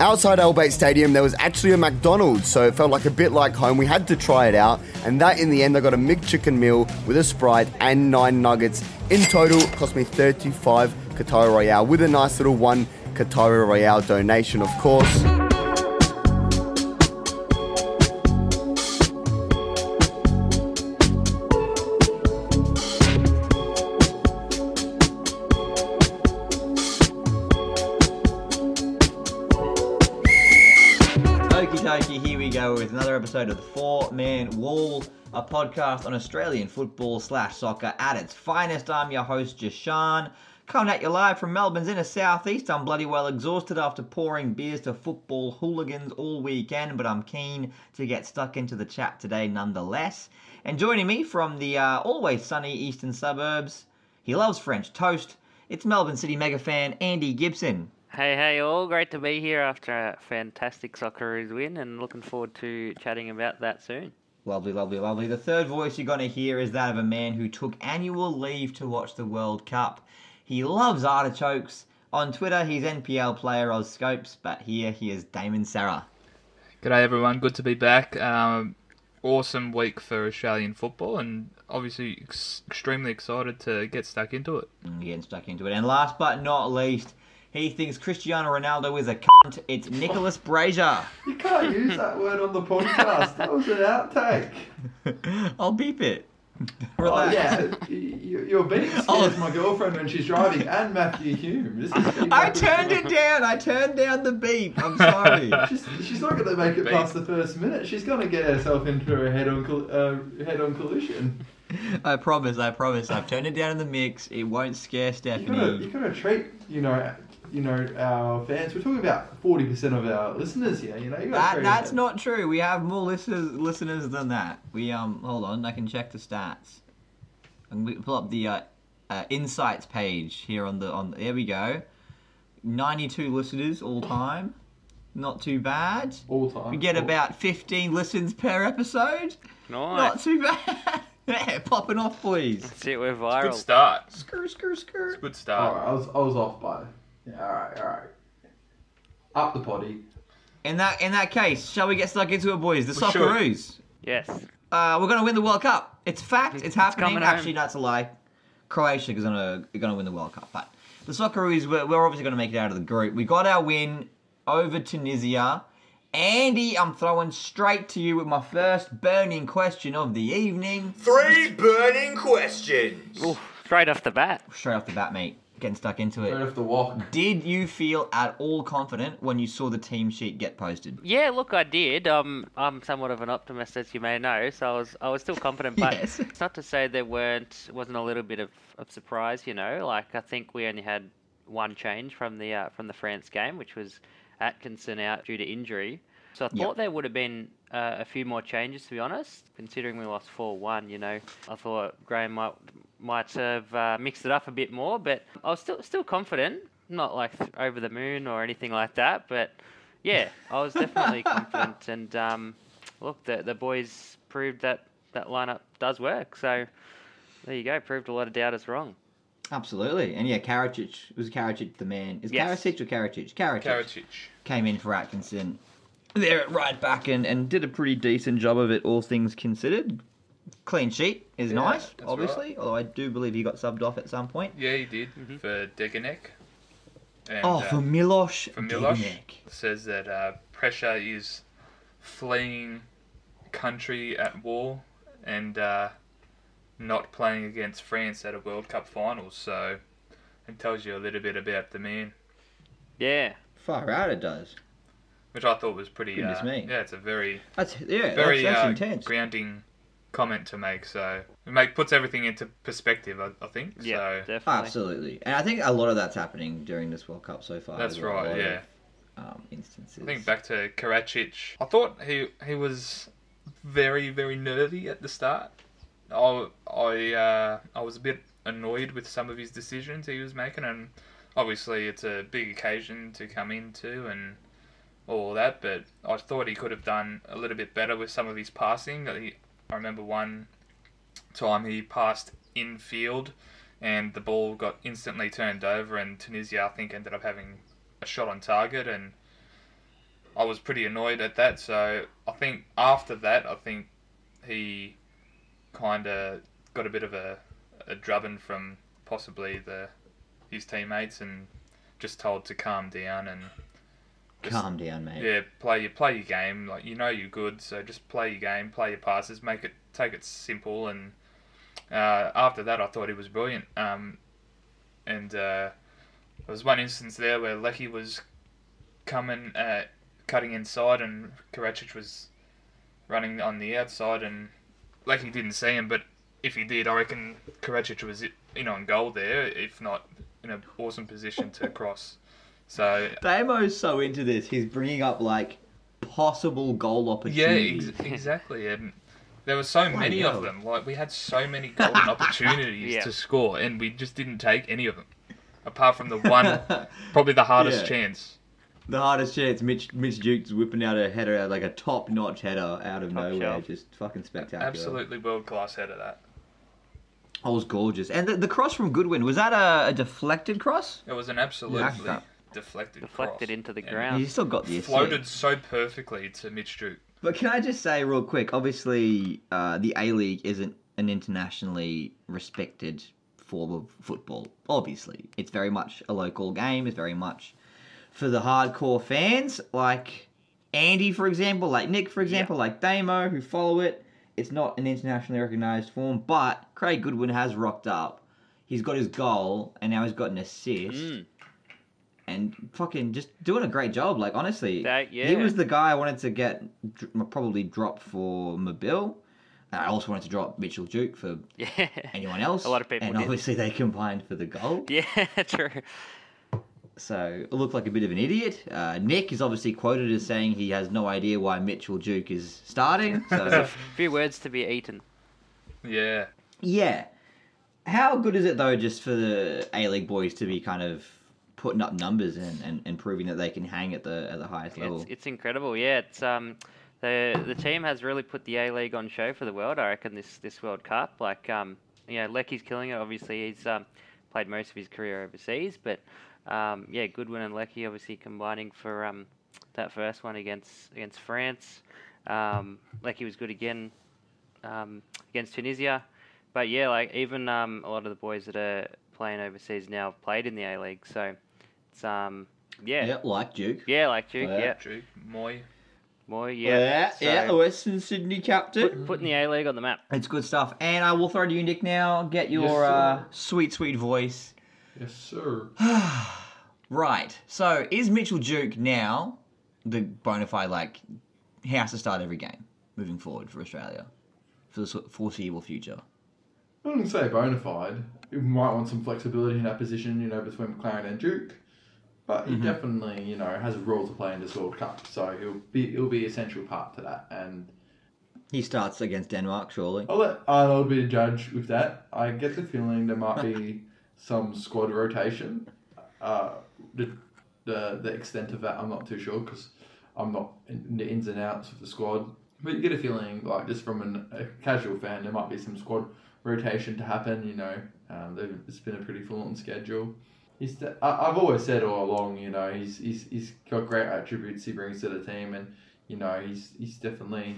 Outside Albate Stadium, there was actually a McDonald's, so it felt like a bit like home. We had to try it out, and that in the end, I got a McChicken meal with a Sprite and nine nuggets. In total, it cost me 35 Qatar Royale with a nice little one Qatar Royale donation, of course. Okie dokie, here we go with another episode of the Four Man Wall, a podcast on Australian football slash soccer at its finest. I'm your host, Jashan. Coming at you live from Melbourne's inner southeast. I'm bloody well exhausted after pouring beers to football hooligans all weekend, but I'm keen to get stuck into the chat today nonetheless. And joining me from the uh, always sunny eastern suburbs, he loves French toast. It's Melbourne City mega fan Andy Gibson. Hey, hey, all. Great to be here after a fantastic Socceroos win and looking forward to chatting about that soon. Lovely, lovely, lovely. The third voice you're going to hear is that of a man who took annual leave to watch the World Cup. He loves artichokes. On Twitter, he's NPL player Oz Scopes, but here he is Damon Sarah. G'day everyone, good to be back. Um, awesome week for Australian football, and obviously ex- extremely excited to get stuck into it. And Mm, Getting stuck into it. And last but not least, he thinks Cristiano Ronaldo is a cunt. It's Nicholas Brazier. You can't use that word on the podcast. That was an outtake. I'll beep it. Oh, Relax. yeah, you, you're being scared of my girlfriend when she's driving, and Matthew Hume. This is Oh. I turned it down. I turned down the beep. I'm sorry. She's, she's not going to make it past the first minute. She's going to get herself into a head-on col- uh, head-on collision. I promise. I promise. I've turned it down in the mix. It won't scare You gotta, Stephanie. you gotta treat, you know, you know, our fans. We're talking about forty percent of our listeners here. You know, you gotta That, treat that's them. not true. We have more listeners listeners than that. We um hold on, I can check the stats. I'm gonna pull up the uh, uh, insights page here on the on. There we go. Ninety two listeners all time. Not too bad. all time. We get All- about fifteen listens per episode. Not Nice. too bad. yeah, popping off, please. That's it, we're Good viral. start. Screw, screw, screw. Good All start. right, I was, I was off by. Yeah, all right, all right. Up the body. In that in that case, shall we get stuck into it, boys? The We should. Socceroos. Yes. uh, we're gonna win the World Cup. It's fact. It's happening. coming home. Actually, that's a lie. Croatia is gonna are gonna win the World Cup, but the Socceroos we're, we're obviously gonna make it out of the group. We got our win over Tunisia. Andy, I'm throwing straight to you with my first burning question of the evening. Three burning questions. Ooh, straight off the bat. Straight off the bat, mate. Getting stuck into Right it. off the walk. Did you feel at all confident when you saw the team sheet get posted? Yeah, look, I did. Um, I'm somewhat of an optimist, as you may know, so I was I was still confident. But Yes. it's not to say there weren't wasn't a little bit of, of surprise. You know, like I think we only had one change from the uh, from the France game, which was Atkinson out due to injury. So I thought there would have been uh, a few more changes, to be honest, considering we lost four one. You know, I thought Graham might might have uh, mixed it up a bit more, but I was still still confident. Not like over the moon or anything like that, but yeah, I was definitely confident, and um, look, the the boys proved that that lineup does work. So there you go, proved a lot of doubters wrong. Absolutely. And yeah, Karacic was Karacic the man. Is Yes. Karacic or Karacic? Karacic. Karacic. came in for Atkinson there at right back and, and did a pretty decent job of it, all things considered. Clean sheet is Yeah, nice, that's obviously, although I do believe he got subbed off at some point. Yeah, he did for Deganek. And, oh, uh, for Milosh, for Milosh. Degenek. says that uh, pressure is fleeing country at war and uh, not playing against France at a World Cup final. So it tells you a little bit about the man, Yeah, Far out it does. which I thought was pretty. Goodness Uh, me. Yeah, it's a very That's yeah, very that's, that's uh, intense. grounding comment to make. So it make, puts everything into perspective, I, I think. yeah, so definitely. Absolutely, and I think a lot of that's happening during this World Cup so far. that's There's a lot right. of, Yeah, um, instances. I think back to Karacic. I thought he he was very very nervy at the start. I I uh, I was a bit annoyed with some of his decisions he was making, and obviously it's a big occasion to come into and all that. But I thought he could have done a little bit better with some of his passing. That he, I remember one time he passed in field, and the ball got instantly turned over, and Tunisia I think ended up having a shot on target, and I was pretty annoyed at that. So I think after that, I think he kind of got a bit of a, a drubbing from possibly the his teammates and just told to calm down and Calm down, mate. yeah, play your play your game. Like you know you're good, so just play your game, play your passes, make it take it simple. And uh, after that, I thought he was brilliant. Um, and uh, there was one instance there where Lecky was coming, uh, cutting inside, and Karacic was running on the outside, and Lecky didn't see him. But if he did, I reckon Karacic was in on goal there, if not in an awesome position to cross. So Damo's so into this, he's bringing up like possible goal Yeah, opportunities. ex- exactly. And there were so many hell. of them. Like we had so many golden opportunities Yeah. to score, and we just didn't take any of them, apart from the one, probably the hardest Yeah. chance. the hardest chance, Mitch Mitch Duke's whipping out a header, like a top notch header out of Top nowhere, shelf. just fucking spectacular. Absolutely world class head of that. I was gorgeous. And the, the cross from Goodwin was that a, a deflected cross? It was an absolutely Yeah. deflected, Deflected cross. into the And ground. He still got the assist. Floated so perfectly to Mitch Duke. But can I just say real quick? Obviously, uh, the A League isn't an internationally respected form of football. Obviously, it's very much a local game. It's very much for the hardcore fans, like Andy, for example, like Nick, for example, like Damo, who follow it. It's not an internationally recognised form, but Craig Goodwin has rocked up. He's got his goal, and now he's got an assist Mm. and fucking just doing a great job. Like honestly, That- he yeah. was the guy I wanted to get dr- probably drop for Mabil. And I also wanted to drop Mitchell Duke for Yeah. anyone else. A lot of people and did. obviously they combined for the goal. Yeah, true. So it looked like a bit of an idiot. Uh, Nick is obviously quoted as saying he has no idea why Mitchell Duke is starting. So Few words to be eaten. Yeah, yeah, how good is it though, just for the A League boys to be kind of putting up numbers and, and, and proving that they can hang at the at the highest level? It's, it's incredible. Yeah, it's um, the the team has really put the A League on show for the world. I reckon this this World Cup, like um, you know, Lecky's killing it. Obviously, he's um, played most of his career overseas, but um, yeah, Goodwin and Lecky obviously combining for um, that first one against against France. Um, Lecky was good again um, against Tunisia. But yeah, like even um, a lot of the boys that are playing overseas now have played in the A League, so it's um, yeah, yeah, like Duke. yeah, like Duke, Yeah. yeah. Duke, Moy. More, yeah. Yeah, yeah, so the Western Sydney captain. Put, putting the A League on the map. It's good stuff. And I will throw to you, Nick, now. Get your Yes, uh, sir. sweet, sweet voice. Yes, sir. Right. So, is Mitchell Duke now the bona fide, like, he has to start every game moving forward for Australia for the sort- foreseeable future? I wouldn't say bona fide. You might want some flexibility in that position, you know, between McLaren and Duke. But he definitely, you know, has a role to play in this World Cup, so he'll be he'll be essential part to that. And He starts against Denmark, surely. I'll let Arnold be the judge with that. I get the feeling there might be some squad rotation. Uh, the, the the extent of that, I'm not too sure because I'm not in the ins and outs of the squad. But you get a feeling, like just from an, a casual fan, there might be some squad rotation to happen. You know, um, they've- it's been a pretty full on schedule. He's the, I, I've always said all along, you know, he's, he's he's got great attributes he brings to the team, and you know, he's he's definitely.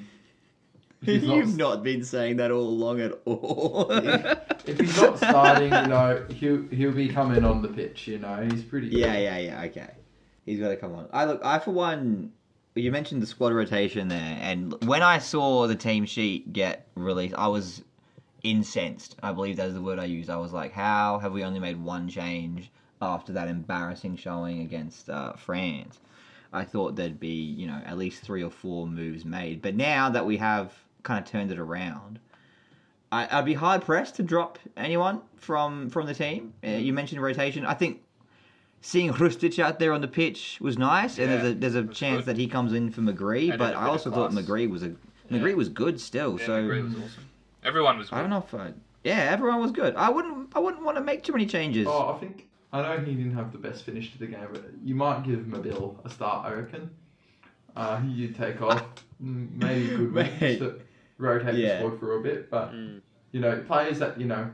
he's not been saying that all along at all. if he's not starting, you know, he'll he'll be coming on the pitch. You know, he's pretty. Yeah, yeah, yeah. Okay, he's got to come on. I look. I for one, you mentioned the squad rotation there, and when I saw the team sheet get released, I was incensed. I believe that is the word I used. I was like, how have we only made one change after that embarrassing showing against uh, France? I thought there'd be you know at least three or four moves made, but now that we have kind of turned it around. I, I'd be hard pressed to drop anyone from from the team. Uh, Mm. you mentioned rotation. I think seeing Rustic out there on the pitch was nice, and Yeah, there's a there's a was chance good. that he comes in for McGree. And but a I bit of also thought class. McGree was a Yeah. McGree was good still. Yeah, so mm. Grey was awesome. Everyone was I don't good. know if I, yeah, everyone was good. I wouldn't I wouldn't want to make too many changes. Oh, I think I know he didn't have the best finish to the game, but you might give him a bill a start. I reckon. Uh, you take off. Mm, Maybe good Mate. just to rotate Yeah. Mm. the squad for a bit, but you know, players that you know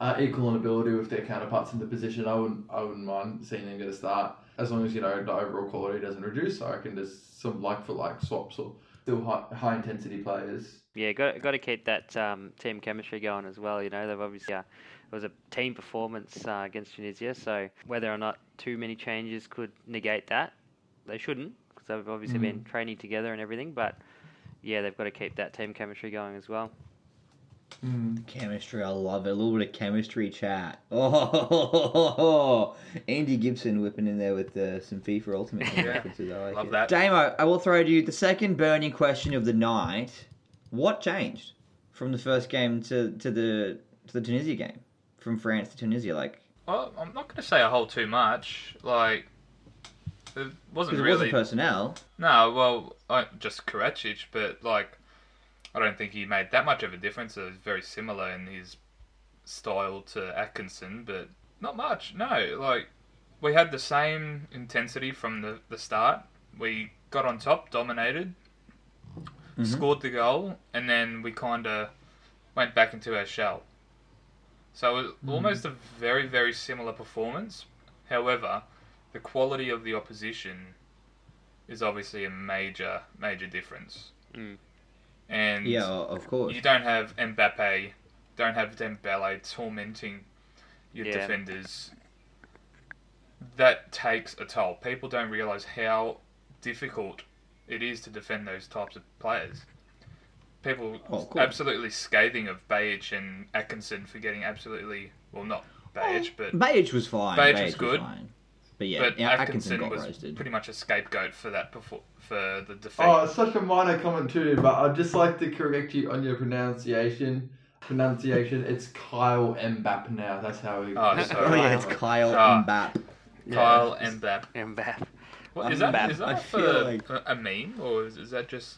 are equal in ability with their counterparts in the position. I wouldn't I wouldn't mind seeing them get a start. as long as you know the overall quality doesn't reduce. So I can just some like for like swaps or still high, high intensity players. Yeah, got got to keep that um, team chemistry going as well. You know, they've obviously uh, it was a team performance uh, against Tunisia, so whether or not too many changes could negate that, they shouldn't because they've obviously been training together and everything. But yeah, they've got to keep that team chemistry going as well. Chemistry, I love it. A little bit of chemistry chat. Oh, Andy Gibson whipping in there with uh, some FIFA Ultimate Yeah. references. I like Love it. that. Damo, I will throw to you the second burning question of the night. What changed from the first game to, to the to the Tunisia game, from France to Tunisia? Like, Well, I'm not going to say a whole too much. Like, it wasn't because really. it wasn't personnel. No, well, I, just Karacic, but like, I don't think he made that much of a difference. It was very similar in his style to Atkinson, but not much. No, like, we had the same intensity from the, the start. We got on top, dominated, scored the goal, and then we kind of went back into our shell. So it was almost a very, very similar performance. However, the quality of the opposition is obviously a major, major difference. Mm. And Yeah, of course. Mm. you don't have Mbappe, don't have Dembele tormenting your Yeah. defenders. That takes a toll. People don't realize how difficult it is to defend those types of players. People Oh, of course. absolutely scathing of Bayich and Atkinson for getting absolutely well, not Bayich, but Bayich was fine. Bajic was good. fine. But yeah, but yeah, Atkinson, Atkinson, got was roasted. pretty much a scapegoat for that before, for the defense. Oh, it's such a minor comment too, but I'd just like to correct you on your pronunciation. Pronunciation. It's Kyle Mbappe now. That's how we. Oh, sorry. Oh yeah, it's Kyle Ah. Mbappe. Kyle and Mbappe. Mbappe. What, is I'm that, back. is I that feel for like- a- a meme or is, is that just?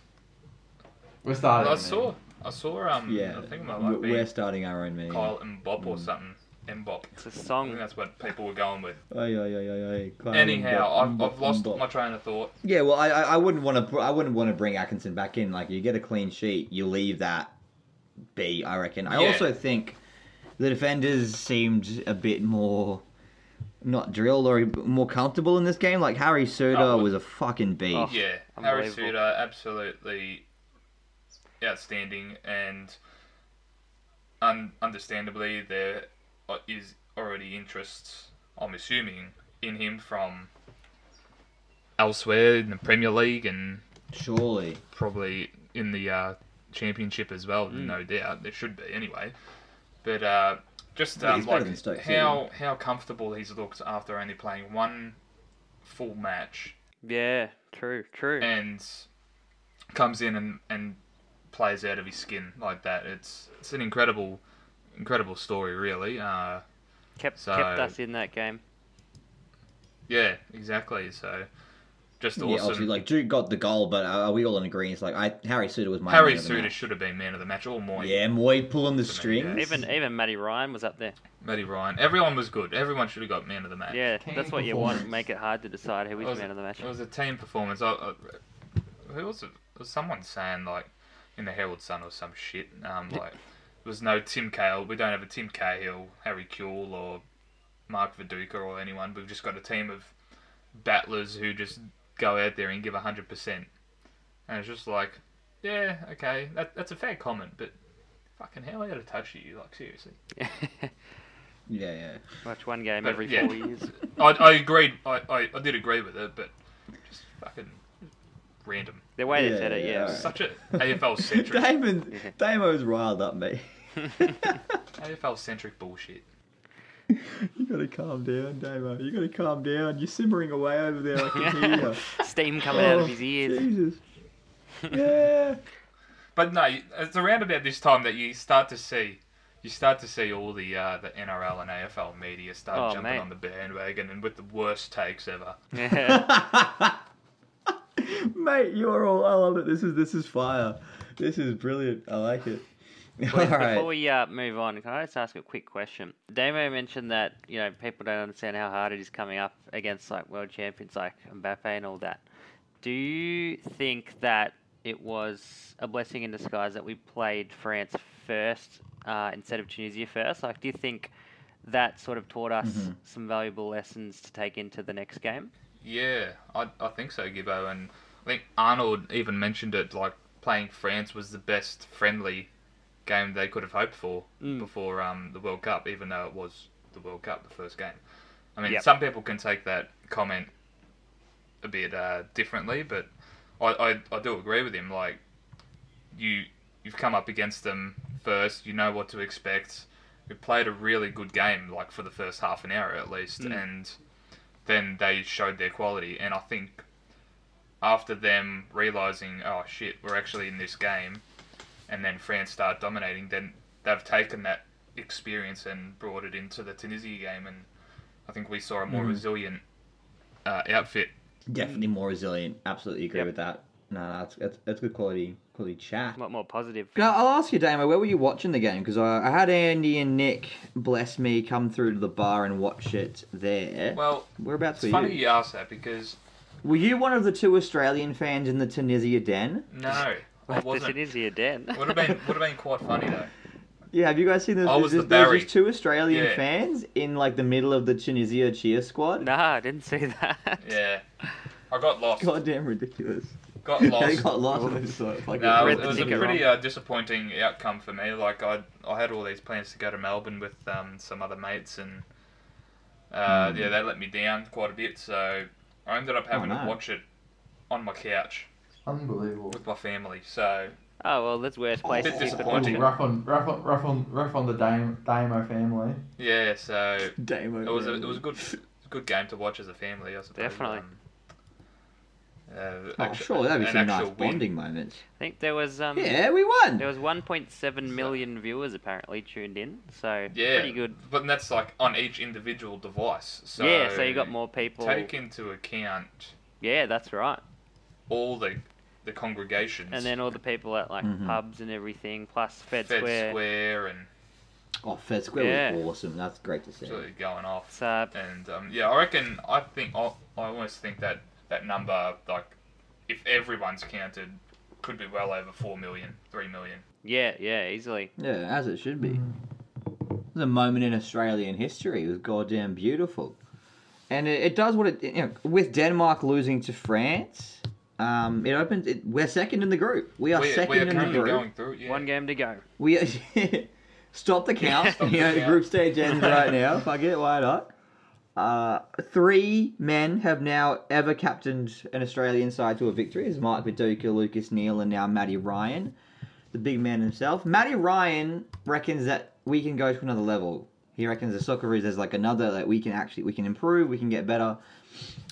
We're starting. I man. saw, I saw. Um, Yeah, I think it might we're, like be we're Mm. starting our own meme. Kyle and Bob or something. Mbop. It's a I think song. that's what people were going with. Ay, ay, ay, ay, ay. Kyle Anyhow, Mbappe, I've, I've Mbappe, lost Mbappe. my train of thought. Yeah, well, I, I I wouldn't want to. I wouldn't want to bring Atkinson back in. Like, you get a clean sheet, you leave that be. I reckon. I Yeah. also think the defenders seemed a bit more not drilled or more comfortable in this game. Like Harry Suter Oh, well- was a fucking beast. Oh. Yeah, Harry Unbelievable. Suter, absolutely outstanding, and un- understandably, there uh, is already interest, I'm assuming, in him from elsewhere in the Premier League and Surely. probably in the uh, championship as well, no doubt. There should be anyway. But uh, just Yeah, um, he's better like than Stokes, how how comfortable he's looked after only playing one full match Yeah, true, true. and comes in and, and plays out of his skin like that. It's it's an incredible incredible story really. Uh, kept so- kept us in that game. yeah, exactly. So just Yeah, awesome. obviously, like Duke got the goal, but are are we all in agreement? It's like I Harry Suter was my man Harry of the Suter match. should have been man of the match all morning. Yeah, Moy pulling the Something like strings. that. Even even Matty Ryan was up there. Matty Ryan. Everyone was good. Everyone should have got man of the match. Yeah, Team that's what you want. performance. Make it hard to decide who It is man of the match. It was a team performance. I, I, who was it? Was someone saying like in the Herald Sun or some shit? Um, like there was no Tim Cahill. We don't have a Tim Cahill, Harry Kuehl, or Mark Viduka or anyone. We've just got a team of battlers who just go out there and give hundred percent. And it's just like, yeah, okay, that, that's a fair comment, but fucking hell, out of touch are you? Like seriously. Yeah, yeah. Watch one game But, every yeah. four years. I, I agreed. I, I, I did agree with it, but just fucking random. The way they Yeah, said it, yeah, yeah. alright. Such a AFL centric, Damon, Damo's riled up, mate. AFL centric bullshit. You gotta calm down, Damo. You gotta calm down. You're simmering away over there. I can hear you. Steam coming Oh, out of his ears. Jesus. Yeah. But no, it's around about this time that you start to see, you start to see all the uh, the NRL and AFL media start Oh, jumping mate. on the bandwagon and with the worst takes ever. Yeah. Mate, you're all. I love it. This is this is fire. This is brilliant. I like it. all Before right. we uh, move on, can I just ask a quick question? Damo mentioned that you know people don't understand how hard it is coming up against like world champions like Mbappe and all that. Do you think that it was a blessing in disguise that we played France first uh, instead of Tunisia first? Like, do Mm-hmm. you think that sort of taught us some valuable lessons to take into the next game? Yeah, I, I think so, Gibbo. And I think Arnold even mentioned it like playing France was the best friendly game they could have hoped for before um, the World Cup, even though it was the World Cup, the first game. I mean, Yep. some people can take that comment a bit uh, differently, but I, I, I do agree with him. Like, you you've come up against them first. You know what to expect. We played a really good game, like for the first half an hour at least, and then they showed their quality. And I think after them realizing, oh shit, we're actually in this game, and then France start dominating, then they've taken that experience and brought it into the Tunisia game, and I think we saw a more Hmm. resilient uh, outfit. Definitely more resilient. Absolutely agree Yep. with that. No, no, that's, that's that's good quality quality chat. A lot more positive. Now, I'll ask you, Damo, where were you watching the game? Because I, I had Andy and Nick, bless me, come through to the bar and watch it there. Well, Whereabouts it's were funny you? you ask that because Were you one of the two Australian fans in the Tunisia den? no, I Like, this wasn't. in is your den. Would have been would have been quite funny though. Yeah, have you guys seen this? I was there's, the there's Barry. just two Australian Yeah. fans in like the middle of the Tunisia cheer squad. Nah, I didn't see that. Yeah, I got lost. Goddamn ridiculous. Got They lost. got lost and they just saw it. Like, No, Read it the was a ticket pretty uh, disappointing outcome for me. Like I, I had all these plans to go to Melbourne with um, some other mates, and Hmm. uh, yeah, they let me down quite a bit. So I ended up Oh, having no. to watch it on my couch Unbelievable. with my family. So Oh well, that's worse place to bit keep it Ooh, disappointing. watching. rough on rough on rough on rough on the Dame Damo family. yeah, so Damo. it was a, man. it was a good good game to watch as a family. I suppose. Definitely. Um, uh, Oh, actu- sure, that'd be an some nice actual win. bonding moments. I think there was um Yeah, we won. there was 1.7 million viewers apparently tuned in, so Yeah, pretty good. But that's like on each individual device. So yeah, so you got more people. Take into account Yeah, that's right. all the the congregations. And then all the people at like Mm-hmm. pubs and everything, plus Fed, Fed Square. Square, and Oh, Fed Square Yeah. was awesome. That's great to see. really going off. It's, uh, And um, yeah, I reckon I think I, I almost think that that number like if everyone's counted could be well over 4 million, 3 million. yeah, yeah, easily. Yeah, as it should be. It was a moment in Australian history. It was goddamn beautiful. And it, it does what it, you know, with Denmark losing to France, um, it opens, it, we're second in the group. We are We, we are second in the currently group. going through it. Yeah. One game to go. We are, stop the count. Stop the you know, count. group stage ends right now. Fuck it, why not? Uh, three men have now ever captained an Australian side to a victory. It's Mike Viduka, Lucas Neal, and now Matty Ryan, the big man himself. Matty Ryan reckons that we can go to another level. He reckons the Socceroos there's like another that we can actually we can improve, we can get better.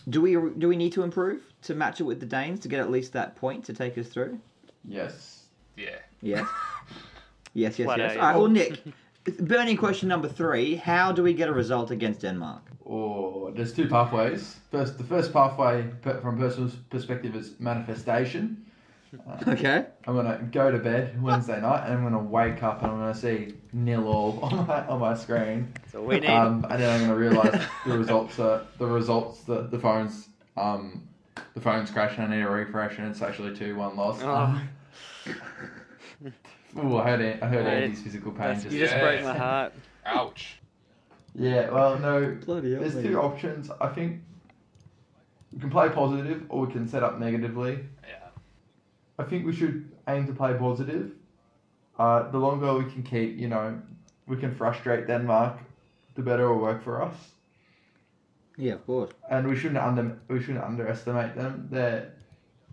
Do we do we need to improve to match it with the Danes to get at least that point to take us through? Yes. Yeah. Yes. yes, yes, Flat yes. out, All yeah. right, well, Nick, burning question number three How do we get a result against Denmark? Or Oh, there's two pathways. First, the first pathway per- from personal perspective is manifestation. Okay. I'm gonna go to bed Wednesday night, and I'm gonna wake up, and I'm gonna see nil all on my on my screen. So we need. Um, and then I'm gonna realise the results are the results that the phone's um the phone's crashing. I need a refresh, and it's actually two one loss. Um, Oh. Ooh, I heard An- I heard Right. Andy's physical pain. that's- Just you just Yeah. broke my heart. Ouch. yeah. Well, no, Bloody hell. There's mate. two options. I think we can play positive or we can set up negatively. Yeah. I think we should aim to play positive. Uh, the longer we can keep, you know, we can frustrate Denmark, the better it'll work for us. Yeah, of course. And we shouldn't under we shouldn't underestimate them. They're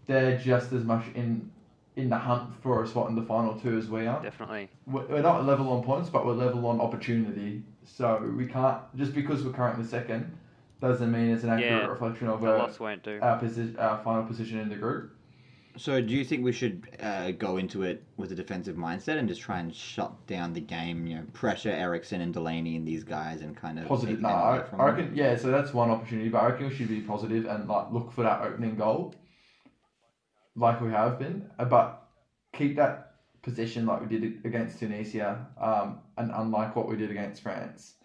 they're just as much in in the hunt for a spot in the final two as we are Definitely. we're we're not level on points, but we're level on opportunity. So we can't just because we're currently second doesn't mean it's an accurate Yeah. reflection of The our, loss won't do. our, posi- our final position in the group. So, do you think we should uh, go into it with a defensive mindset and just try and shut down the game? You know, pressure Ericsson and Delaney and these guys and kind of Positive. take No, them I, away from I them? reckon. Yeah, so that's one opportunity, but I reckon we should be positive and like look for that opening goal, like we have been. Uh, But keep that position like we did against Tunisia, um, and unlike what we did against France.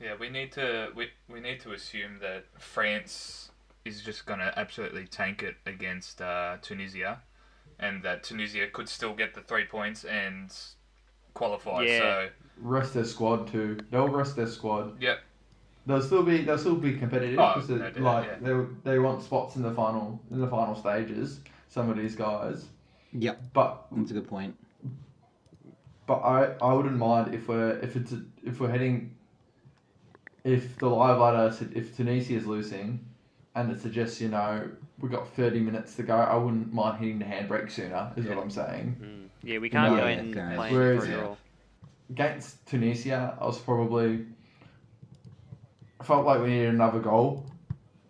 Yeah, we need to we, we need to assume that France is just going to absolutely tank it against uh, Tunisia, and that Tunisia could still get the three points and qualify. Yeah. So Rest their squad too. They'll rest their squad. yep, They'll still be they'll still be competitive Oh, because no doubt, like yeah. they they want spots in the final in the final stages. Some of these guys, Yep, but that's a good point. but I, I wouldn't mind if we're if it's a, if we're heading if the live ladder if Tunisia is losing and it suggests you know we've got 30 minutes to go I wouldn't mind hitting the handbrake sooner is what I'm saying Mm. Yeah, we can't No, go yeah, in guys. playing Where free is for it? all. against Tunisia I was probably I felt like we needed another goal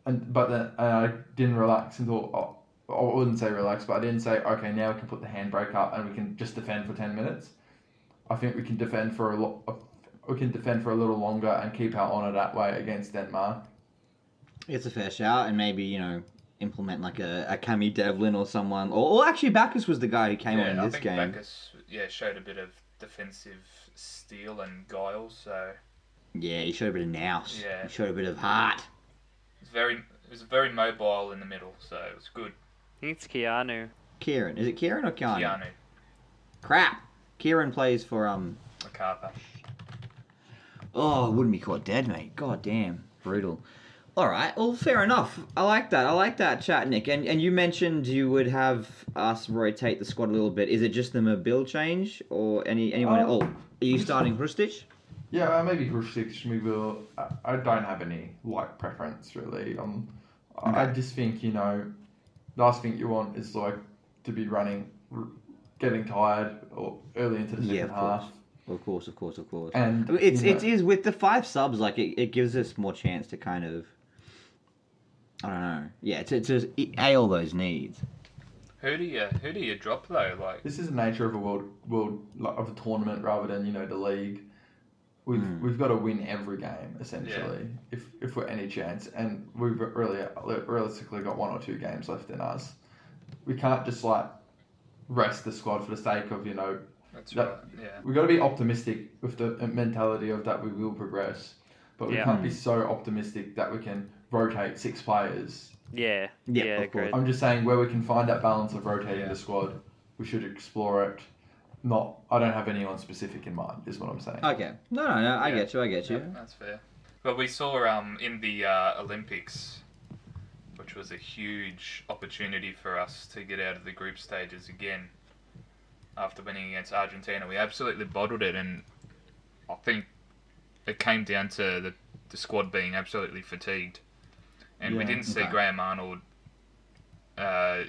and but then and I didn't relax until oh, I wouldn't say relax but I didn't say okay now we can put the handbrake up and we can just defend for 10 minutes I think we can defend for a lot. We can defend for a little longer and keep our honour that way against Denmark. It's a fair shout, and maybe you know implement like a, a Cammy Devlin or someone, or, or actually Backus was the guy who came on in I this think game. Bacchus, yeah, showed a bit of defensive steel and guile, so Yeah, he showed a bit of nous. Yeah. He showed a bit of heart. it's very it was very mobile in the middle, so it was good. I think it's Keanu. Kieran, is it Kieran or Keanu? Keanu Crap. Kieran plays for um. MacArthur. Oh, wouldn't be caught dead, mate. God damn, brutal. All right. Well, fair enough. I like that. I like that chat, Nick. And and you mentioned you would have us rotate the squad a little bit. Is it just the Mabil change or any anyone? Um, oh, are you starting Hrustic? Yeah, uh, maybe Hrushevich, maybe we'll, I, I don't have any like preference really. Um, I I just think you know, last thing you want is like to be running, r- getting tired or early into the Yeah, of second course. half. Of course, of course, of course. And, I mean, it's you it know- is with the five subs, like it, it gives us more chance to kind of. I don't know. Yeah, to to ail those needs. Who do you who do you drop though? Like This is the nature of a world world like, of a tournament rather than you know the league. We've we've got to win every game essentially if if we're any chance, and we've really realistically got one or two games left in us. We can't just like rest the squad for the sake of you know that's Yeah. right. Yeah. we've got to be optimistic with the uh, mentality of that we will progress, but we Yeah. can't be so optimistic that we can rotate six players. Yeah, Yeah, yeah, of agreed. I'm just saying where we can find that balance of rotating Yeah. the squad, we should explore it. Not, I don't have anyone specific in mind, is what I'm saying. Okay. No, no, no. I Yeah. get you. I get you. Yeah, that's fair. But we saw um, in the uh, Olympics, which was a huge opportunity for us to get out of the group stages again. After winning against Argentina, we absolutely bottled it, and I think it came down to the, the squad being absolutely fatigued. And we Yeah, didn't see okay. Graham Arnold uh,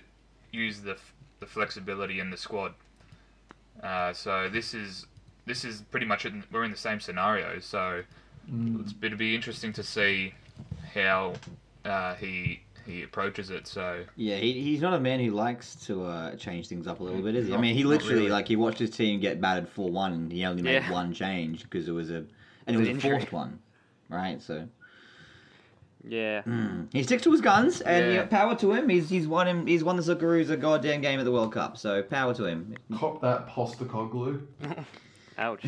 use the, f- the flexibility in the squad. Uh, so this is this is pretty much in, we're in the same scenario. So Mm. it's, it'd be interesting to see how uh, he he approaches it. So Yeah, he, he's not a man who likes to uh, change things up a little bit, is he? I Not- mean, he not literally really. like he watched his team get battered four one, and he only made Yeah. one change because it was a and it was was a an forced injury. one, right? So Yeah. mm. he sticks to his guns, and Yeah. yeah, power to him. He's he's won him. He's won the Socceroos a goddamn game at the World Cup. So power to him. Cop that Postacoglu. Ouch.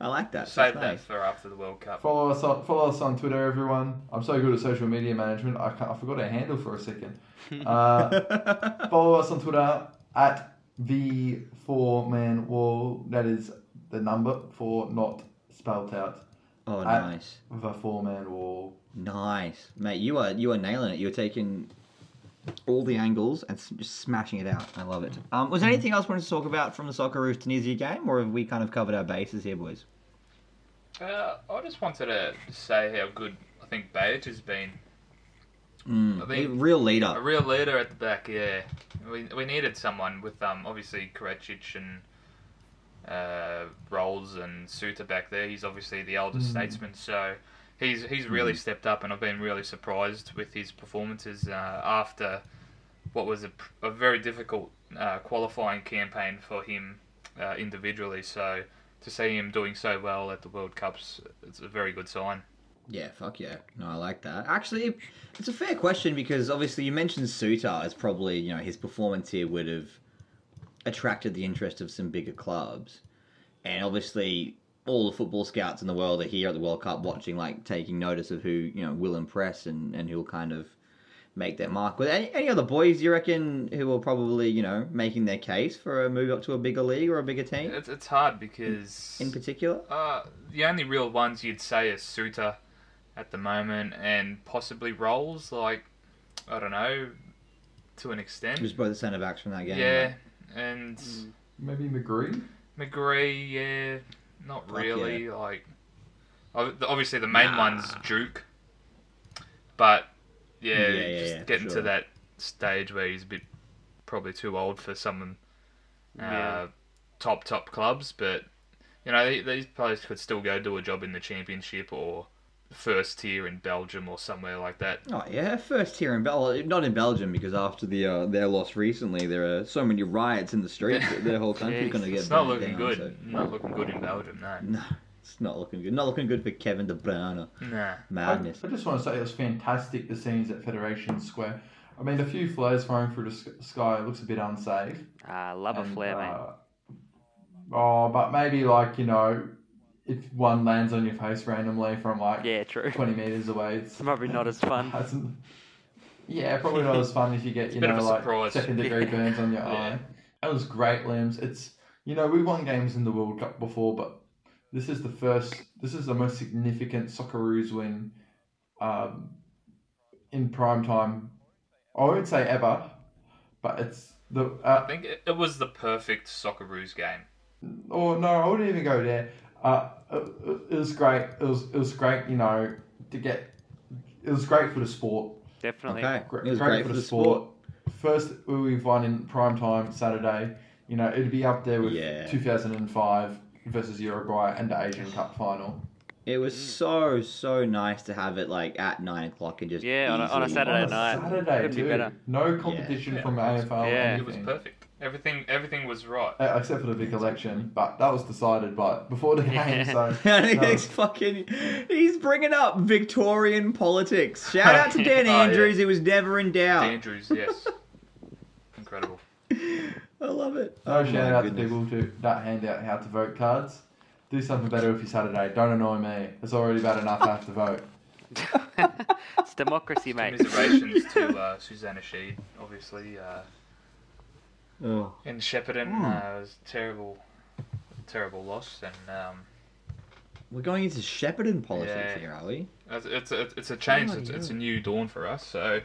I like that. That's save that nice. for after the World Cup. Follow us on follow us on Twitter, everyone. I'm so good at social media management. I, can't, I forgot our handle for a second. Uh, follow us on Twitter at the four man wall. That is the number four, not spelt out. oh, I- nice. The four man wall. Nice, mate. You are you are nailing it. You're taking all the angles and s- just smashing it out. I love it. Um, was there anything else we wanted to talk about from the Socceroos Tunisia game, or have we kind of covered our bases here, boys? Uh, I just wanted to say how good I think Bayage has been. Mm, I think- a real A leader. real leader at the back, yeah. We, we needed someone with um obviously Kovacic and uh, Rolls and Suter back there. He's obviously the elder statesman, so he's he's really stepped up, and I've been really surprised with his performances uh, after what was a, pr- a very difficult uh, qualifying campaign for him uh, individually. So to see him doing so well at the World Cups, it's a very good sign. Yeah, fuck yeah. No, I like that. Actually, it's a fair question because obviously you mentioned Sutar as probably you know his performance here would have attracted the interest of some bigger clubs. and obviously all the football scouts in the world are here at the World Cup watching, like taking notice of who you know will impress and and who'll kind of make their mark with. Any, any other boys you reckon who are probably you know making their case for a move up to a bigger league or a bigger team It's, it's hard because in particular? uh, the only real ones you'd say are Suter at the moment and possibly Rolls. Like I don't know to an extent. It was both the centre backs from that game. yeah, and Maybe McGree. McGree. Yeah, not Fuck really. Like ob- obviously the main one's Duke, but yeah, Yeah, yeah, just yeah, getting sure. to that stage where he's a bit probably too old for someone uh, Yeah. top top clubs, but you know the- these players could still go do a job in the championship or first tier in Belgium or somewhere like that. Oh yeah, first tier in Bel, oh, not in Belgium because after the uh, their loss recently, there are so many riots in the streets that their whole country's Jeez. going to get It's not burnt looking down, good. so- Not looking good in Belgium. No. No, it's not looking good. Not looking good for Kevin De Bruyne. Mm. Nah. I, Madness. I just want to say it was fantastic the scenes at Federation Square. I mean, a few flares flying through the sk- sky looks a bit unsafe. Ah, love a And, flare, mate. uh, Oh, but maybe like you know, if one lands on your face randomly from like Yeah, true. twenty meters away, it's Probably not as fun. hasn't- yeah, probably not as fun if you get you a bit know of a like surprise. second degree Yeah. burns on your Yeah. eye. That was great, limbs. It's you know we won games in the World Cup before, but this is the first. This is the most significant Socceroos win um, in prime time. I won't say ever, but it's the uh, I think it, it was the perfect Socceroos game. Oh no, I wouldn't even go there. Uh, it, it was great. It was it was great. You know, to get it was great for the sport. Definitely. Okay, Gre- it was great, for the sport. First, we've won in prime time Saturday. You know, it'd be up there with Yeah. 2005 versus Uruguay and the Asian Cup final. It was so so nice to have it like at nine o'clock and just Yeah, on a- on easily- a On Saturday a night. Saturday Couldn't be too. better. No competition Yeah. from AFL. Yeah. Or It was anything. perfect. Everything everything was right. Uh, Except for the big election, but that was decided by before the game. Yeah. So that he's was- fucking. He's bringing up Victorian politics. Shout out to Dan Oh, yeah. Andrews. He was never in doubt. Andrews, yes. Incredible. I love it. Oh No my shout out goodness. to people who don't hand out how to vote cards. Do something better with your Saturday. Don't annoy me. It's already bad enough I have to vote. it's democracy, mate. Commiserations to uh, Susanna Sheed, obviously. Uh, Oh. in Shepparton, Hmm. uh, it was a terrible, terrible loss, and um, We're going into Shepparton politics Yeah. here, are we? it's, it's, a, it's a change. Oh, it's, it's a yeah. new dawn for us. So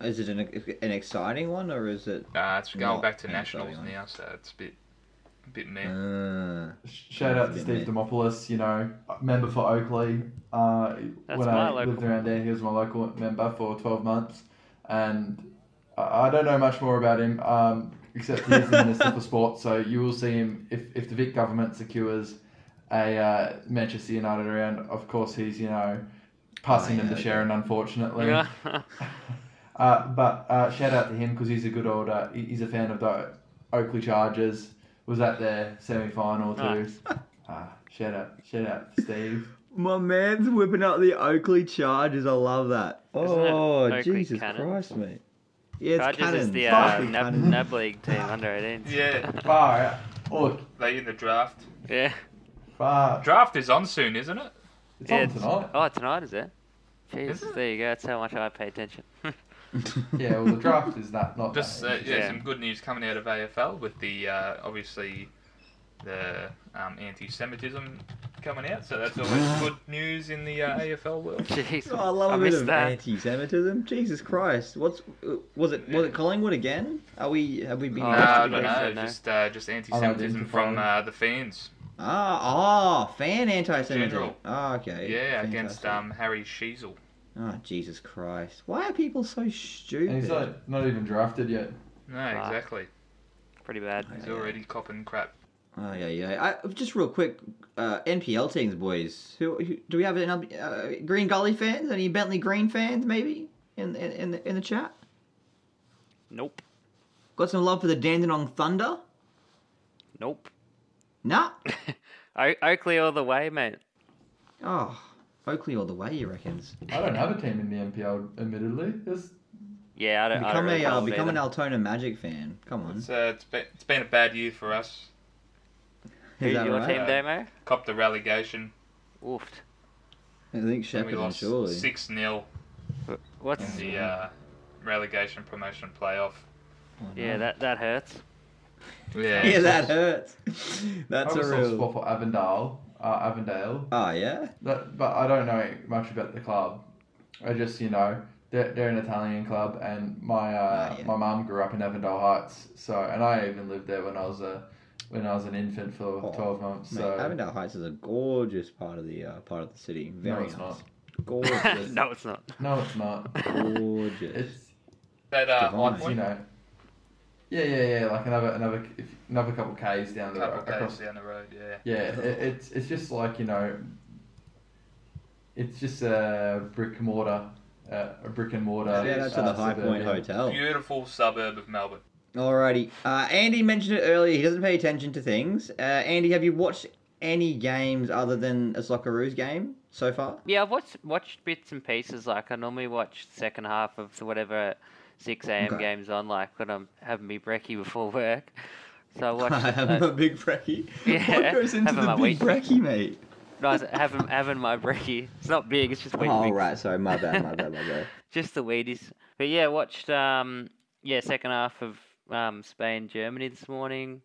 Is it an, an exciting one or is it? uh, it's going Not back to AFL, nationals yeah. now. So it's a bit, a bit meh. Uh, Sh- Shout out to Yeah, Steve mate. Demopoulos, you know, member for Oakley. Uh, That's when my I local. lived around there, he was my local member for 12 months. And I I don't know much more about him, um, except he's the Minister for Sport. So you will see him if, if the Vic government secures a uh, Manchester United around. Of course, he's, you know, Oh, passing them yeah, to okay. Sharon, unfortunately. yeah, Uh, but uh, shout out to him because he's a good old, uh, he- he's a fan of the Oakley Chargers. Was at their semi final too. Nice. Uh, shout out, shout out to Steve. my man's whipping out the Oakley Chargers. I love that. Isn't it oh, Oakley Jesus Cannons? Christ, mate. Yeah, it's Chargers Cannons. is the uh, Fucking Nab, Cannons. Nab League team under 18s. Yeah, Far, Oh, look, they in the draft. yeah. far. Draft is on soon, isn't it? It's Yeah, on it's- tonight. Oh, tonight is it? Is Jesus, it? there you go. That's how much I pay attention. Yeah, well, the draft is that not Just uh, that. yeah, Yeah. some good news coming out of AFL with the uh, obviously the um, anti-Semitism coming out. So that's always good news in the uh, AFL world. Jeez, Oh, I love a bit missed of that. anti-Semitism. Jesus Christ, what's uh, was it? Was it Collingwood again? Are we? Have we been? Oh, No, that's I pretty don't good, know. isn't it? Just uh, just anti-Semitism from uh, the fans. Ah, oh, fan anti-Semitism. General. Ah, okay. Yeah, against Fantastic. um, Harry Sheasel. Oh, Jesus Christ! Why are people so And he's stupid? like not even drafted yet. No, Fuck. exactly. Pretty bad. He's Yeah. already copping crap. Oh yeah, yeah. I, just real quick, uh, NPL teams, boys. Who, who do we have? Any, uh, Green Gully fans? Any Bentley Green fans? Maybe in in in the, in the chat. Nope. Got some love for the Dandenong Thunder? Nope. Nah. O- Oakley all the way, mate. Oh, Oakley all the way, you reckons? I don't have a team in the NPL, admittedly. It's, Yeah, I don't. Become I don't a uh, really become an follow Altona Magic fan. Come on, It's, is uh, it's, been, it's been a bad year for us. either. Who's that your right? team, Demo? Copped the relegation. Oofed. I think and we Shepparton lost surely. six 0 What's the Oh, uh, relegation promotion playoff. yeah? That that hurts. Yeah, Yeah, that hurts. That's I a have a soft spot real. for Avondale. Uh, Avondale. Oh yeah. That, but I don't know much about the club. I just, you know, they're, they're an Italian club, and my uh, Ah, yeah. my mum grew up in Avondale Heights, so and I even lived there when I was a when I was an infant for Oh, twelve months. Mate, So Avondale Heights is a gorgeous part of the uh, part of the city. Very it's nice. not. Gorgeous. no, it's not. no, it's not. Gorgeous. It's that uh, Divine. high you point. know. Yeah, yeah, yeah. Like another another if, another couple k's down the Couple road. days Across, down the road, yeah. yeah, it, it's it's just like you know. It's just a brick and mortar, uh, a brick and mortar. Yeah, Shout out to the uh, High Point suburban- Hotel. Beautiful suburb of Melbourne. Alrighty. Uh, Andy mentioned it earlier. He doesn't pay attention to things. Uh, Andy, have you watched any games other than a Socceroos game so far? Yeah, I've watched watched bits and pieces. Like I normally watch the second half of the whatever six a.m. Okay. games on. Like when I'm having me brekkie before work, so I watch. I have uh, a big brekkie. Yeah, what goes into having the my big week. brekkie, mate? no, I was having having my brekkie. It's not big. It's just wheat oh, mix. right. Sorry, my bad, my bad, my bad. Just the Wheaties. But yeah, watched um yeah second half of um Spain Germany this morning.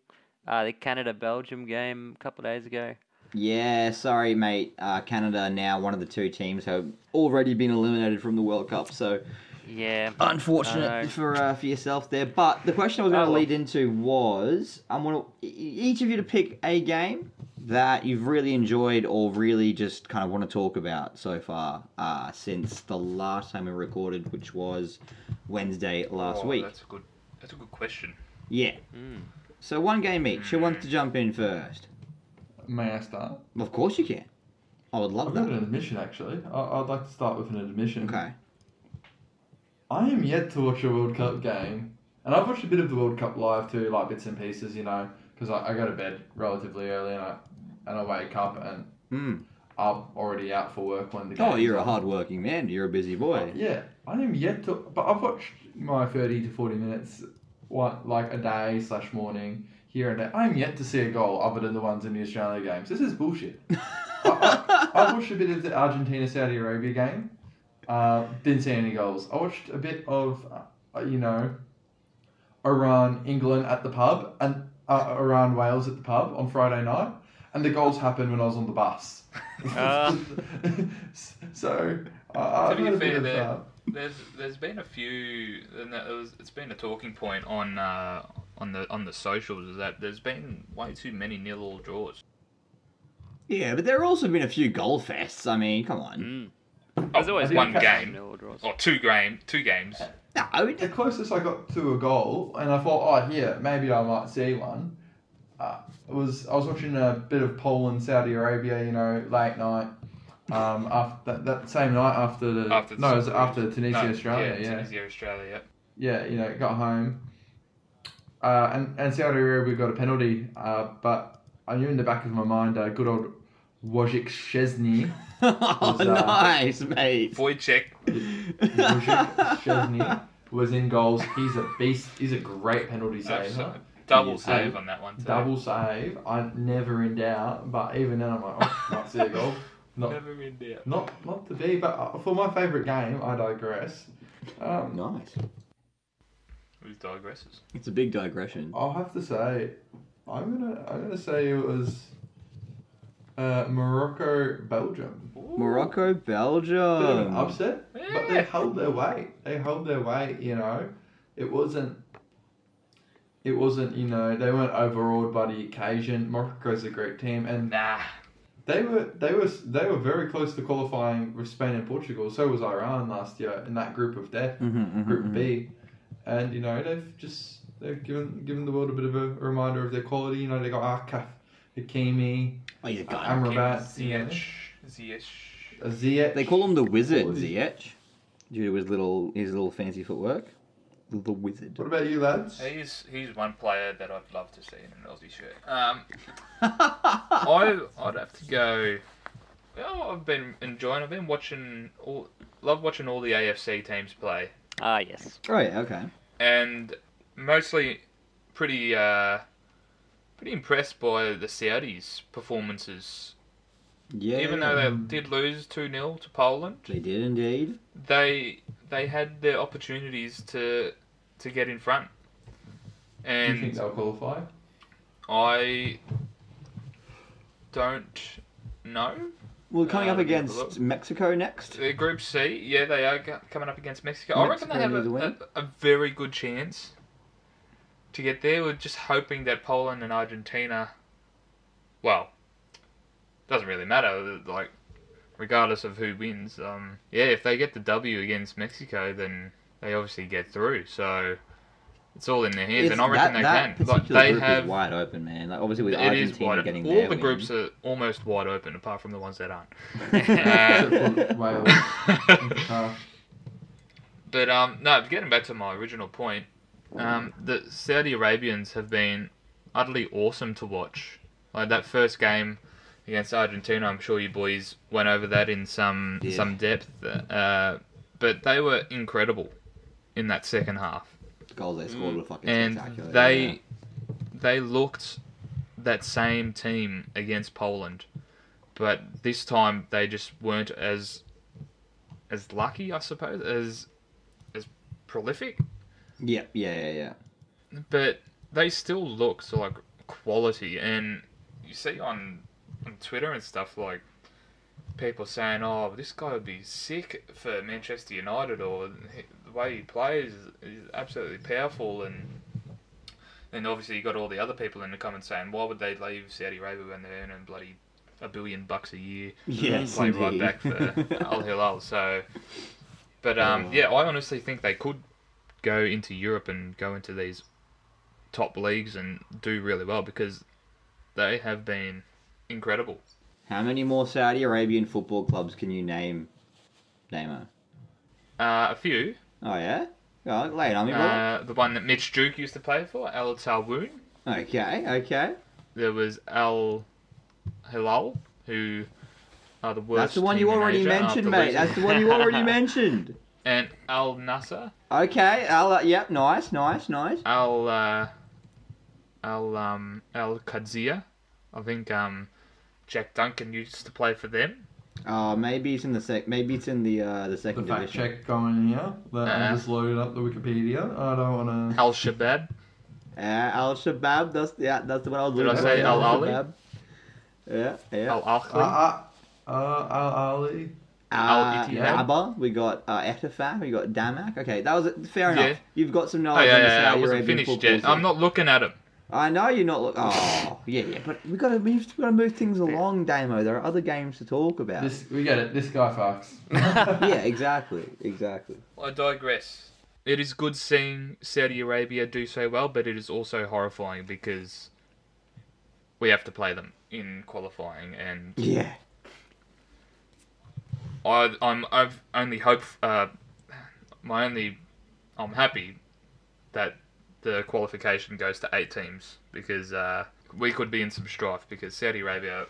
Uh, the Canada Belgium game a couple of days ago. Yeah, sorry, mate. Uh, Canada now one of the two teams who have already been eliminated from the World Cup, so Yeah. unfortunate I know. for uh, for yourself there. But the question I was going Oh, to well. lead into was I want to, e-, each of you to pick a game that you've really enjoyed or really just kind of want to talk about so far uh, since the last time we recorded, which was Wednesday last Oh, week. That's a good. That's a good question. Yeah. Mm. So one game each. Who wants to jump in first? May I start? Of course you can. I would love I've got that. an admission actually. I, I'd like to start with an admission. Okay. I am yet to watch a World Cup game, and I've watched a bit of the World Cup live too, like bits and pieces, you know, because I, I go to bed relatively early and I and I wake up and Hmm. I'm already out for work when the game. Oh, you're a hardworking man. You're a busy boy. Yeah, I am yet to, but I've watched my thirty to forty minutes, what like a day slash morning here and there. I'm yet to see a goal other than the ones in the Australia games. This is bullshit. I, I, I watched a bit of the Argentina Saudi Arabia game. Uh, didn't see any goals. I watched a bit of, uh, you know, Iran England at the pub and uh, Iran Wales at the pub on Friday night, and the goals happened when I was on the bus. Ah. so uh, To be I've had fair, a bit of, there- uh, There's there's been a few, and that was, it's been a talking point on uh, on the on the socials is that there's been way too many nil all draws. Yeah, but there have also been a few goal fests. I mean, come on. Mm. Oh, There's always one been game nil draws. or two game two games. No, I the mean, closest I got to a goal, and I thought, oh, here, maybe I might see one. Uh, it was I was watching a bit of Poland, Saudi Arabia, you know, late night. Um, after that, that same night after the After no, it was after Tunisia, No, Australia, yeah, Tunisia Australia. Yep. yeah, you know, got home. Uh, and, and Saudi Arabia got a penalty, uh, but I knew in the back of my mind, uh, good old Wojciech Szczesny. oh, uh, nice, mate. Wojciech Wojciech Szczesny was in goals. He's a beast. He's a great penalty Absolute. saver. double Yeah. save on that one. Too. Double save. I'm never in doubt. But even then, I'm like, oh, might see a goal. Not, Never in doubt. not, not to be. But uh, for my favourite game, I digress. Um, Nice. Who digresses? It's a big digression. I'll have to say, I'm gonna, I'm gonna say it was uh, Morocco, Belgium. Morocco, Bit of an Belgium. upset, but they held their weight. They held their weight. You know, it wasn't. It wasn't, you know, they weren't overawed by the occasion. Morocco's a great team, and Nah. They were they were they were very close to qualifying with Spain and Portugal. So was Iran last year in that group of death, Mhm, mhm, Group mhm. B, and you know they've just they've given given the world a bit of a reminder of their quality. You know they got Akaf, Hakimi, Oh, he's a guy. Amrabat, you know, Ziyech. Ziyech. Ziyech. They call him the Wizard, What was he? Ziyech, due to his little his little fancy footwork. Oh, The Wizard. What about you lads? He's he's one player that I'd love to see in an Aussie shirt. Um, I I'd have to go. Well, I've been enjoying. I've been watching all. Love watching all the AFC teams play, Ah, yes. Oh, yeah, okay. and mostly pretty uh, pretty impressed by the Saudis' performances. Yeah. Even though they did lose two 0 to Poland, they did indeed. they they had their opportunities to to get in front, Do you think and they'll qualify? I don't know. Well, coming Uh, up let me have a against look. Mexico next. Uh, Group C, yeah, they are go- coming up against Mexico. I reckon Mexico they have need to a, win. a, a very good chance to get there. We're just hoping that Poland and Argentina, well, doesn't really matter. uh, Like, regardless of who wins, um, yeah, if they get the W against Mexico, then they obviously get through. So it's all in their hands, It's- and I reckon they that, can. that Like, particular they group have is wide open, man. Like obviously with it is Argentina wide getting open. their All the win. groups are almost wide open, apart from the ones that aren't. Except for Wales and Qatar. But um, no, getting back to my original point, um, the Saudi Arabians have been utterly awesome to watch. Like that first game against Argentina, I'm sure you boys went over that in some Yeah. some depth. Uh, but they were incredible in that second half, The goals they scored were fucking and spectacular. they yeah. they looked that same team against Poland, but this time they just weren't as as lucky, I suppose, as as prolific yeah, yeah, yeah, yeah. but they still look so like quality and you see on on Twitter and stuff like people saying oh this guy would be sick for Manchester United or "He- the way he plays is, is absolutely powerful and and obviously you got all the other people in the comments saying why would they leave Saudi Arabia when they're earning bloody a billion bucks a year Yes, play right indeed. back for Al Hilal so but Oh, um yeah I honestly think they could go into Europe and go into these top leagues and do really well because they have been incredible. How many more Saudi Arabian football clubs can you name, Nemo? Uh, a few. Oh yeah. Oh, late on me, bro. Uh, the one that Mitch Duke used to play for, Al Tarwoon. okay, okay. There was Al Hilal, who are the worst. That's the one team you in already Asia mentioned, after mate. losing. That's the one you already mentioned. And Al Nasser, Okay, I'll, uh, yep, nice, nice, nice. Al uh, Al um, Al Qadzia. I think um, Jack Duncan used to play for them. Uh, maybe it's in the sec. Maybe it's in the uh, the The second fact division. check going here. That I Uh. just loaded up the Wikipedia. I don't want to. Al Shabab. Uh, Al Shabab. That's yeah. That's the one I was Did looking I say for, Al Ali? Shabab. Yeah, yeah. Al Akhli. Uh, uh, uh, Al Ali. uh, Al-Ittihad. Abba, we got uh, Etafah, we got Damak. Okay, that was fair Yeah. enough. You've got some Oh, knowledge yeah, on the yeah, yeah, I Saudi wasn't Arabian finished football yet. I'm scene. not looking at him. I know you're not. Look- oh, yeah, yeah. But we got to move. We got to move things along, Damo. There are other games to talk about. This we get it. This guy fucks. yeah, exactly, exactly. I digress. It is good seeing Saudi Arabia do so well, but it is also horrifying because we have to play them in qualifying, and Yeah. I, I'm I've only hope uh, my only I'm happy that the qualification goes to eight teams because uh, we could be in some strife because Saudi Arabia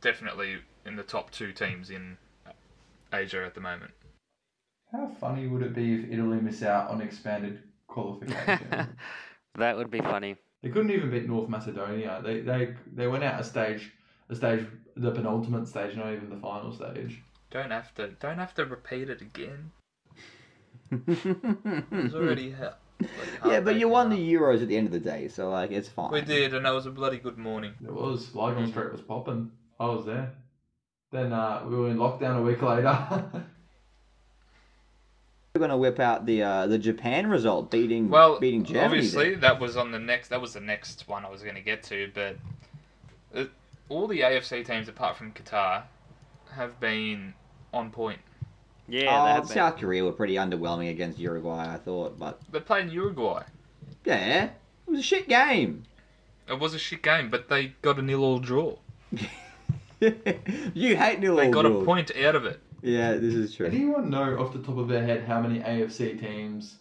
definitely in the top two teams in Asia at the moment. How funny would it be if Italy miss out on expanded qualification? that would be funny. They couldn't even beat North Macedonia. They they they went out a stage, a stage, the penultimate stage, not even the final stage. Don't have to. Don't have to repeat it again. It was yeah, already ha- bloody but you heartbreaking won the enough. Euros at the end of the day, so like it's fine. We did, and that was a bloody good morning. It was Lygon Street was popping. I was there. Then uh, we were in lockdown a week later. We're gonna whip out the uh, the Japan result, beating Well, beating Germany. obviously there. that was on the next. That was the next one I was going to get to, but it, all the AFC teams apart from Qatar have been on point. Yeah, Oh, that would be- South Korea were pretty underwhelming against Uruguay, I thought, but They played Uruguay. yeah, it was a shit game. It was a shit game, but they got a nil-all draw. you hate nil They all got a rules. point out of it. Yeah, this is true. Anyone know off the top of their head how many AFC teams,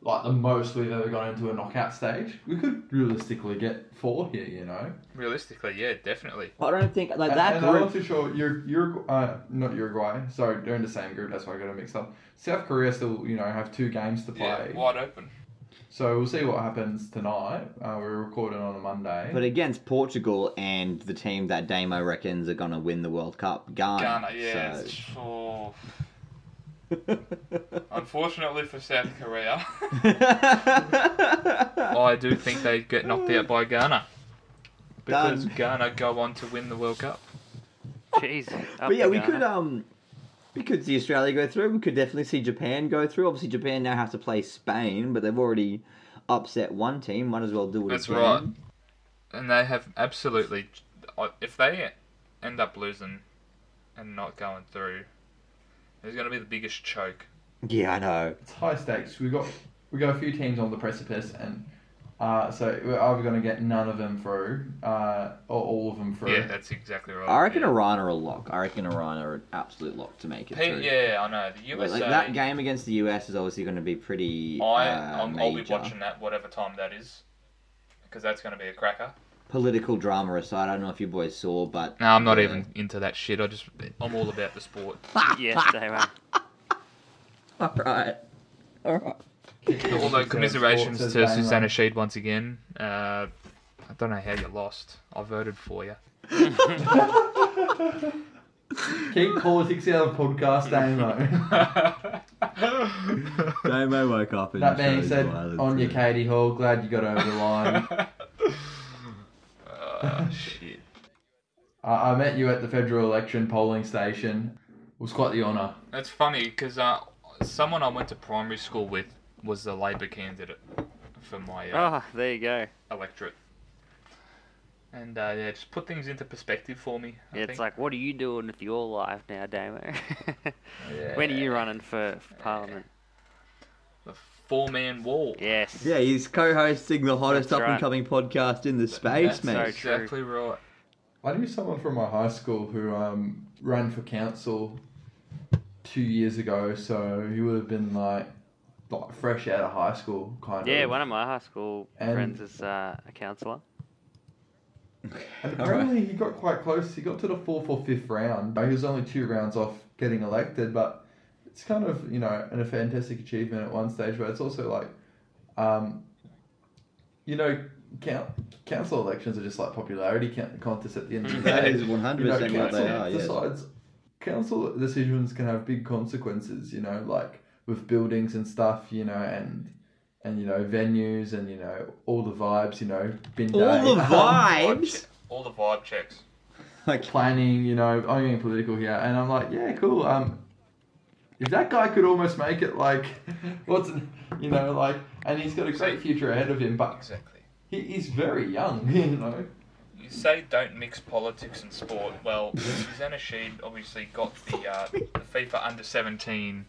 like the most we've ever gone into a knockout stage? We could realistically get four here, you know. Realistically, yeah, definitely. I don't think like And- that and I'm group. not too sure. Ur- Uruguay, uh, not Uruguay. Sorry, they're in the same group. That's why I got it mixed up. South Korea still, you know, have two games to play. Yeah, wide open. so we'll see what happens tonight. Uh, we're recording on a Monday. But against Portugal and the team that Damo reckons are gonna win the World Cup, Ghana. Ghana, yeah. So, it's- oh. Unfortunately for South Korea, I do think they get knocked out by Ghana. Because Done. Ghana go on to win the World Cup. Jeez. up But yeah, the we Ghana. could um, we could see Australia go through. We could definitely see Japan go through. Obviously, Japan now have to play Spain, but they've already upset one team. Might as well do it That's again. right. And they have absolutely. If they end up losing and not going through, there's going to be the biggest choke. Yeah, I know. It's high stakes. We got we got a few teams on the precipice, and uh, so we're either going to get none of them through, uh, or all of them through. Yeah, that's exactly right. I reckon yeah. Iran are a lock. I reckon Iran are an absolute lock to make it Pe- through. yeah, I know. The Like, USA. that game against the US is obviously going to be pretty. I, uh, I'm, I'll be major. watching that whatever time that is, because that's going to be a cracker. Political drama aside, I don't know if you boys saw, but No, I'm not Yeah. even into that shit. I just, I'm all about the sport. Yes, they were. all right, all right. Although commiserations Sports to is bang Susanna on. Sheed once again. Uh, I don't know how you lost. I voted for you. Keep politics out of podcast, Damo. Oh, Damo woke up and that being said, on your Katie Hall, glad you got over the line. Oh, shit. I, I met you at the federal election polling station. It was quite the honour. That's funny because uh, someone I went to primary school with was the Labour candidate for my uh, Oh, there you go. electorate. And uh, yeah, just put things into perspective for me. I It's think. like, what are you doing with your life now, Damo? When are you running for, for Parliament? the four man wall. Yes. Yeah, he's co-hosting the hottest That's right. up-and-coming podcast in the space, That's mate. so true. exactly right. I knew someone from my high school who um, ran for council two years ago, so he would have been like, like fresh out of high school, kind Yeah, of. one of my high school And- friends is uh, a counsellor. And apparently he got quite close. He got to the fourth or fifth round. He was only two rounds off getting elected, but it's kind of you know an, a fantastic achievement at one stage. But it's also like, um, you know, count, council elections are just like popularity count, contests at the end of the day. That is one You hundred know, percent what council they are. Yes. decides. Council decisions can have big consequences. You know, like with buildings and stuff. You know, and and you know venues and you know all the vibes. You know, bin day. All the Vibe vibes. che- all the vibe checks. like planning, you know, I'm getting political here, and I'm like, yeah, cool. Um, if that guy could almost make it, like, what's, you know, like, and he's got a great future ahead of him, but Exactly. he, he's very young, you know. You say don't mix politics and sport. Well, Susanna Sheed obviously got the, uh, the FIFA Under 17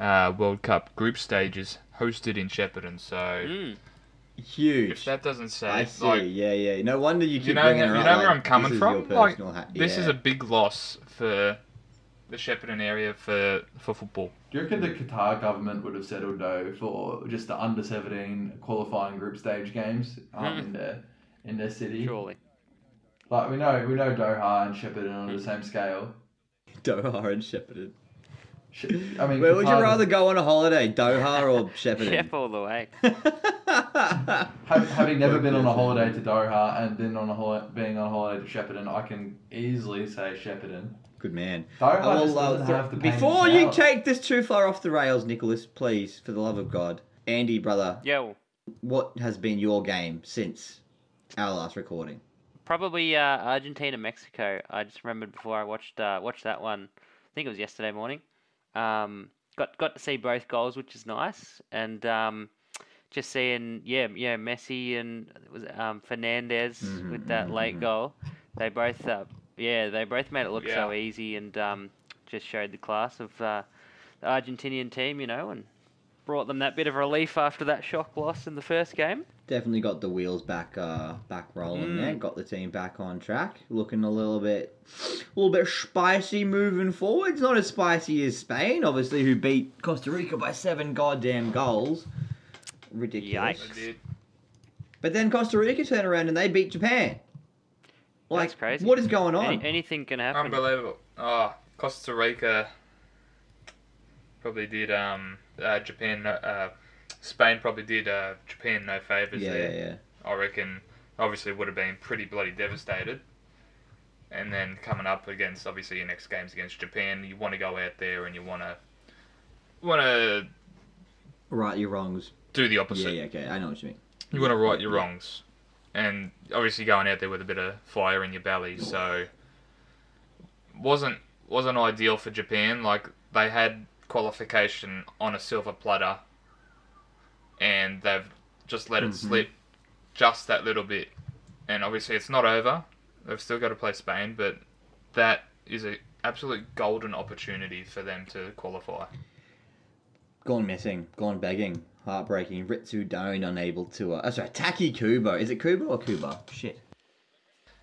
uh, World Cup group stages hosted in Shepparton. So Mm. if Huge. that doesn't say, I see. like, yeah, yeah. No wonder you keep you know, bringing you her know up. where like, I'm coming this from. Is your Like, personal ha- this is yeah. a big loss for the Shepparton area for for football. Do you reckon the Qatar government would have settled though for just the under seventeen qualifying group stage games um, in their in their city? Surely. Like we know we know Doha and Shepparton are on the same scale. Doha and Shepparton. Sh- I mean, Where would you Qatar- rather go on a holiday, Doha or Shepparton? Chef all the way. Ha- Having never been on a holiday to Doha and then on a hol- being on a holiday to Shepparton, I can easily say Shepparton. Good man. Doha I will, just uh, doesn't thro- have the pain before in you power. take this too far off the rails, Nicholas, please, for the love of God, Andy, brother, Yo, what has been your game since our last recording? probably uh, Argentina Mexico. I just remembered before I watched uh, watched that one. I think it was yesterday morning. Um, got got to see both goals, which is nice, and um, just seeing yeah yeah Messi and was it, um, Fernandez with that late goal. They both uh, yeah they both made it look so Yeah. easy and um, just showed the class of uh, the Argentinian team, you know, and brought them that bit of relief after that shock loss in the first game. Definitely got the wheels back, uh, back rolling Hmm. Mm. there. Got the team back on track, looking a little bit, a little bit spicy moving forwards. Not as spicy as Spain, obviously, who beat Costa Rica by seven goddamn goals. Ridiculous. Yikes. But then Costa Rica turned around and they beat Japan. Like, That's crazy. What is going on? Any, anything can happen. Unbelievable. Oh, Costa Rica probably did um uh, Japan no- uh Spain probably did uh Japan no favors yeah, there. yeah, yeah. I reckon obviously would have been pretty bloody devastated. And then coming up against obviously your next games against Japan, you want to go out there and you want to want to Right your wrongs. do the opposite. Yeah, yeah, okay. I know what you mean. You want to right your wrongs, and obviously going out there with a bit of fire in your belly. So wasn't wasn't ideal for Japan. Like they had qualification on a silver platter, and they've just let it slip just that little bit. And obviously it's not over. They've still got to play Spain, but that is a absolute golden opportunity for them to qualify. Gone missing, gone begging, heartbreaking. Ritsu down, unable to. Uh, oh, sorry, Taki Kubo. Is it Kubo or Kuba? Shit.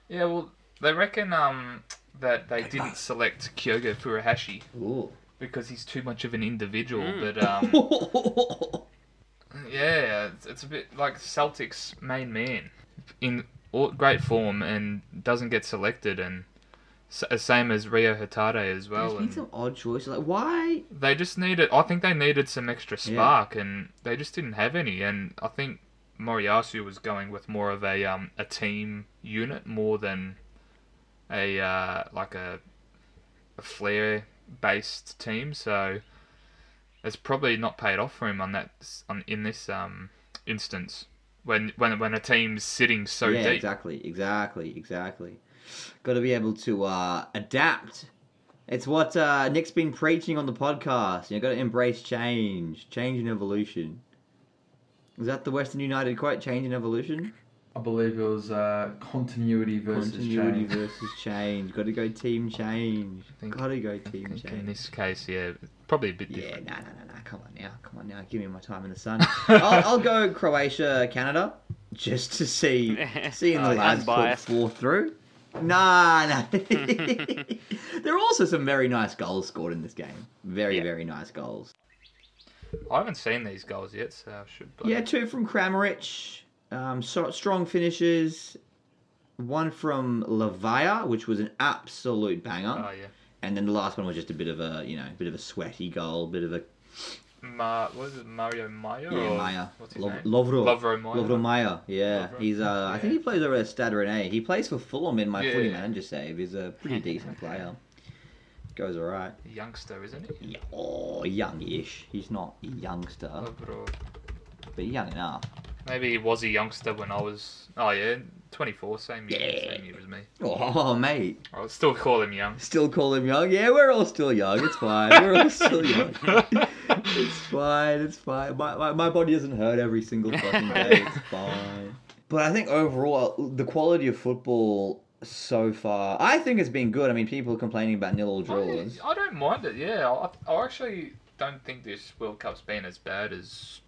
Yeah, well, they reckon um, that they didn't select Kyogo Furuhashi Ooh. because he's too much of an individual. But um, yeah, it's, it's a bit like Celtic's main man in all, great form and doesn't get selected, and s- same as Rio Hatate as well. Just need And some odd choices. Like, why? they just needed, I think they needed some extra spark, and they just didn't have any. And I think Moriyasu was going with more of a um, a team unit more than a uh, like a, a flair based team. So it's probably not paid off for him on that on in this um, instance when when when a team's sitting so yeah, deep. exactly, exactly, exactly. Got to be able to uh, adapt. It's what uh, Nick's been preaching on the podcast. You got to embrace change, change and evolution. Is that the Western United quote? Change and evolution. I believe it was uh, continuity versus Continuity change. versus change. Got to go team change. think- Got to go I team think In change. this case, yeah, probably a bit Yeah, different. no, no, no, no. Come on now, come on now. Give me my time in the sun. I'll, I'll go Croatia, Canada, just to see seeing the Oh, lads put unbiased. four through. Nah, nah. there are also some very nice goals scored in this game. Very, Yeah. very nice goals. I haven't seen these goals yet, so I should. bloody- Yeah, two from Kramaric. Um, so, strong finishes. One from Lavia, which was an absolute banger. Oh yeah. And then the last one was just a bit of a, you know, bit of a sweaty goal, bit of a Ma, what is it, Mario Mayo? Yeah, or Maya. What's his Lo- name? Lovro. Lovro Maja. Lovro Maja, yeah. Lovro. He's, uh, I think he Yeah. plays over at Stade Rennais. He plays for Fulham in my Yeah. footy manager save. He's a pretty decent player. Goes alright. Youngster, isn't he? Yeah, oh, youngish. He's not a youngster, Lovro. but young enough. Maybe he was a youngster when I was. Oh yeah, 24, same year, Yeah. same year as me. Oh, mate. I would still call him young. Still call him young? Yeah, we're all still young. It's fine. We're all still young. it's fine. It's fine. My, my, my body doesn't hurt every single fucking day. It's fine. But I think overall, the quality of football so far, I think it's been good. I mean, people are complaining about nil all I, draws. I don't mind it. Yeah, I, I actually don't think this World Cup's been as bad as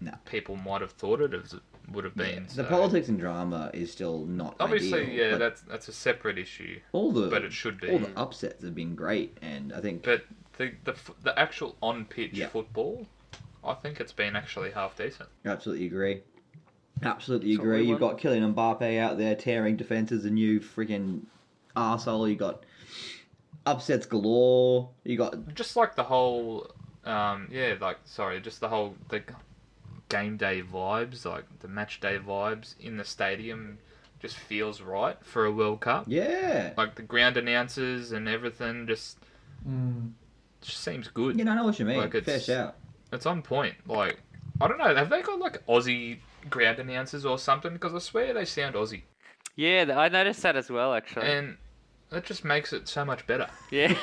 No. people might have thought it as- would have been. The so- politics and drama is still not Obviously, ideal, yeah, but that's that's a separate issue, all the but it should be. all the upsets have been great, and I think But the the f- the actual on pitch Yeah. football, I think it's been actually half decent. Absolutely agree. Absolutely That's what agree. we You've got want. Kylian Mbappe out there tearing defences, and you freaking arsehole. You got upsets galore. You got just like the whole um yeah like sorry just the whole the g- game day vibes like the match day vibes in the stadium just feels right for a world cup yeah. like the ground announcers and everything just Mm. just seems good You know, I know what you mean. Like, Fair it's- shout. it's on point like i don't know have they got like aussie ground announcers or something because i swear they sound aussie yeah, th- I noticed that as well, actually. and that just makes it so much better yeah.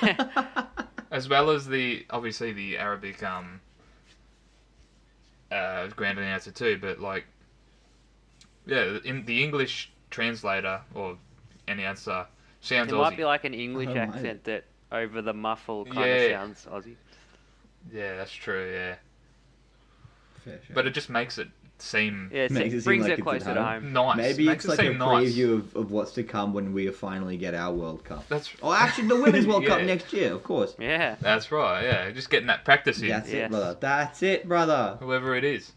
as well as the obviously the Arabic um uh grand announcer too, but like yeah, in the English translator or announcer sounds it Aussie. might be like an English Oh, mate. accent that over the muffle kind Yeah. of sounds Aussie. yeah, that's true. Yeah, Fair shout. but it just makes it seem Yeah, so Makes it it seem brings like it it's at closer to home. home. nice. maybe makes it's like it a seem nice. preview of, of what's to come when we finally get our World Cup. That's Oh, actually, the Women's World Cup Yeah. next year, of course. Yeah. That's right. Yeah, just getting that practice in. That's it, Yes. brother. That's it, brother. Whoever it is,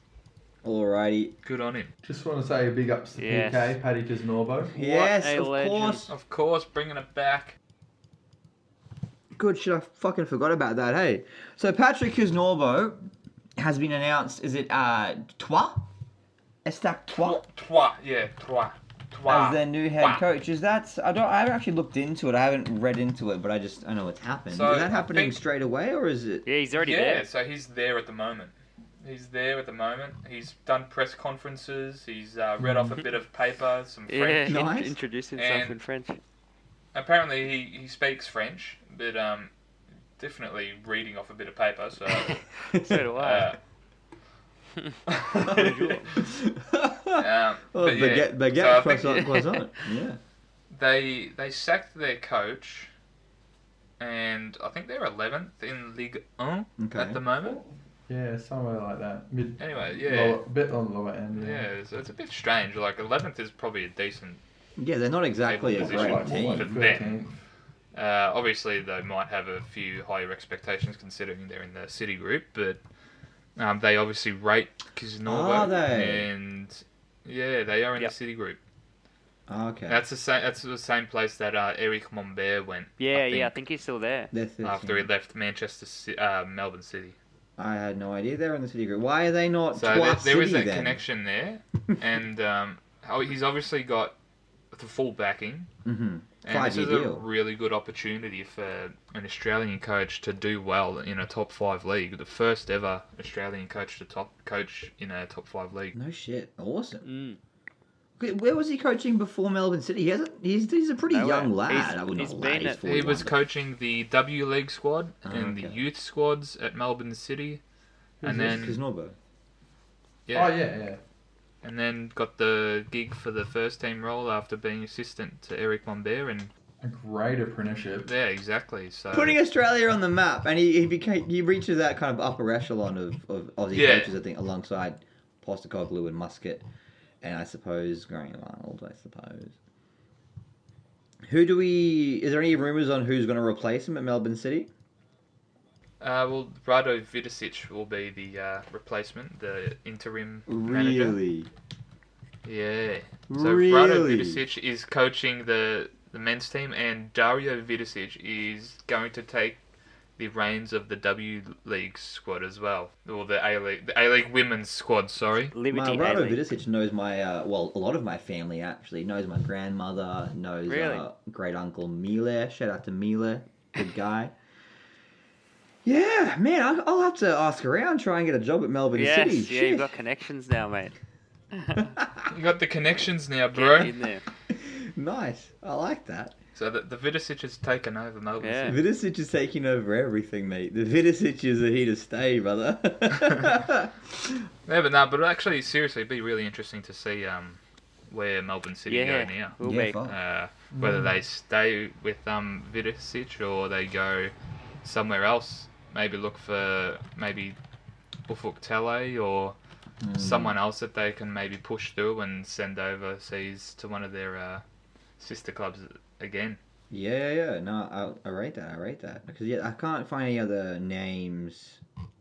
Alrighty. good on him. Just want to say a big ups to Yes. PK, Paddy Kisnorbo. Yes, a of legend. course. Of course, bringing it back. Good shit, I fucking forgot about that, hey. So Patrick Kuznorbo has been announced, is it uh Trois? Estac Trois? Trois, yeah, trois. as their new head coach. Is that? I don't. I haven't actually looked into it. I haven't read into it, but I just I know it's happened. So, is that I happening think- straight away, or is it? Yeah, he's already yeah, there. so he's there at the moment. He's there at the moment. He's done press conferences. He's uh, read off a bit of paper, some Mm-hmm. Yeah, French. in- Nice. introduce himself And- in French. Apparently, he, he speaks French, but um, definitely reading off a bit of paper. So, so do I. uh, um, Oh, but yeah, baguette, baguette so I croissant, think- croissant. Yeah. they they sacked their coach, and I think they're eleventh in Ligue One Okay. at the moment. Yeah, somewhere like that. Mid, Anyway, yeah. lower, bit on the lower end. Yeah. Yeah, so it's a bit strange. Like eleventh is probably a decent. Yeah, they're not exactly a It's Like, great Right, more team. like team. 13th. Uh, obviously, they might have a few higher expectations considering they're in the city group, but um, they obviously rate Kisnorwa. Are they? And yeah, they are in Yep. the city group. Okay. That's the same. That's the same place that uh, Eric Mombert went. Yeah, I yeah, I think think, he's still there. They're 13. after he left Manchester, Ci- uh, Melbourne City. I had no idea they were in the city group. Why are they not So Twat there, there is City that then? connection there, and um, how- he's obviously got the full backing. Mhm. And this Five-year is a deal. really good opportunity for an Australian coach to do well in a top five league. The first ever Australian coach to top coach in a top five league. No shit. Awesome. Mm. Okay, Where was he coaching before Melbourne City? He hasn't. He's, he's a pretty Nowhere. young lad. He's- I would he's not lie. been He's at- He 41, was but- coaching the W League squad Ah, and the okay. youth squads at Melbourne City, and Who's this? then Kisnorbo. Oh yeah, yeah, yeah. and then got the gig for the first team role after being assistant to Eric Mombert, and A great apprenticeship. yeah, exactly. So putting Australia on the map, and he, he became he reaches that kind of upper echelon of of Aussie Yeah. coaches, I think, alongside Postacoglu and Musket, and I suppose Graham Arnold, I suppose. Who do we? Is there any rumors on who's going to replace him at Melbourne City? Uh, well, Rado Vidicic will be the uh, replacement, the interim manager. Really? Yeah. So Rado Really? Vidicic is coaching the, the men's team, and Dario Vidicic is going to take the reins of the W League squad as well, or the A League, the A League women's squad. Sorry. My Liberty Rado Alley. Vidicic knows my uh, well, a lot of my family actually knows my grandmother, knows Really? uh, great uncle Mile. Shout out to Mile, good guy. Yeah, man, I'll, I'll have to ask around, try and get a job at Melbourne Yes, City. yeah, Shit. you've got connections now, mate. You got the connections now, Get bro. in there. nice. I like that. So the, the Vidicic has taken over Melbourne. Yeah. City. Vidicic is taking over everything, mate. The Vidicic is a here to stay, brother. Yeah, but no, but actually, seriously, it'd be really interesting to see um, where Melbourne City Yeah, go now. will Yeah, be. fuck. uh, whether they stay with um, Vidicic or they go somewhere else. Maybe look for maybe Ufuk Tele or someone else that they can maybe push through and send overseas to one of their uh, sister clubs again. Yeah, yeah, yeah. No, I, I rate that. I rate that because yeah, I can't find any other names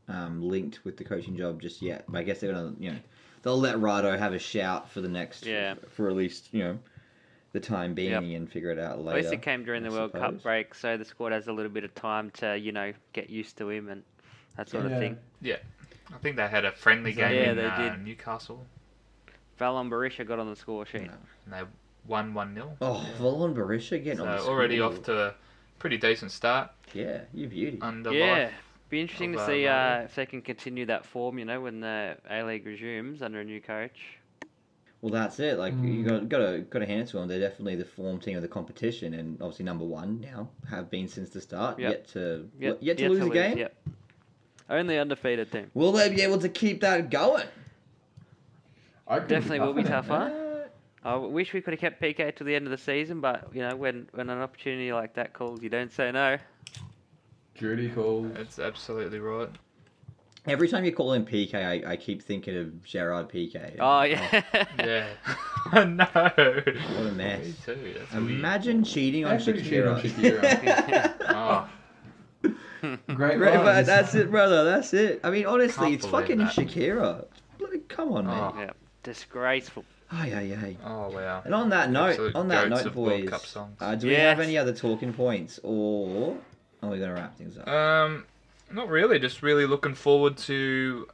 um, linked with the coaching job just yet. But I guess they're gonna, you know, they'll let Rado have a shout for the next, Yeah. for at least you know, the time being, Yep. and figure it out At later. least it came during I the World suppose. Cup break, so the squad has a little bit of time to, you know, get used to him and that sort Yeah. of thing. I think they had a friendly Yeah, game in they uh, did. Newcastle. Valon Barisha got on the score sheet. No. And they won 1 0. Oh, Volon Barisha getting So on. the already score. off to Uh. a pretty decent start Yeah, you beauty. under yeah, life. be interesting of, to uh, see Melbourne. uh, if they can continue that form, you know, when the A League resumes under a new coach. Well, that's it. Like you Mm. got got to got to hand it to them. They're definitely the form team of the competition, and obviously number one now have been since the start. Yep. Yet to yet, to lose a game. Yep. Only undefeated team. Will they be able to keep that going? I could be Definitely will be confident, tougher. man. I wish we could have kept PK to the end of the season, but you know, when when an opportunity like that calls, you don't say no. Judy calls. That's absolutely right. Uh, Every time you call him PK, I, I keep thinking of Gerard PK. Oh yeah. Yeah. no. What a mess. Me too. That's weird. Imagine cheating on Actually, cheated Shakira. on Shakira. Oh, Great, Right, but lines. that's it, brother. That's it. I mean, honestly, Can't it's believe fucking that. Shakira. Bloody- Come on, man. Oh. yeah. Disgraceful. Ay, ay, ay. oh wow. And on that note, Absolute on that goats note, of World boys, Cup songs. uh, do we Yes. have any other talking points, or are we gonna wrap things up? Um, not really. Just really looking forward to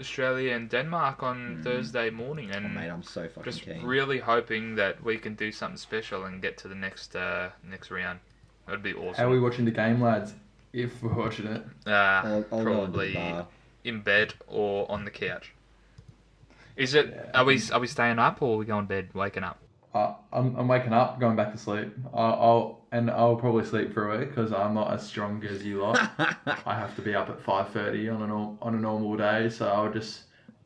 Australia and Denmark on Thursday morning, Hmm. Oh, mate, and I'm so fucking Um, just keen. really hoping that we can do something special and get to the next uh, next round. That'd be awesome. How are we watching the game, lads? If we're watching it, Uh, I'll, I'll go into the probably bar. in bed or on the couch. Is it? Yeah. Are we are we staying up or are we going to bed, waking up? I, I'm, I'm waking up, going back to sleep. I, I'll and I'll probably sleep for a week because I'm not as strong as you lot. I have to be up at five thirty on a norm, on a normal day, so I'll just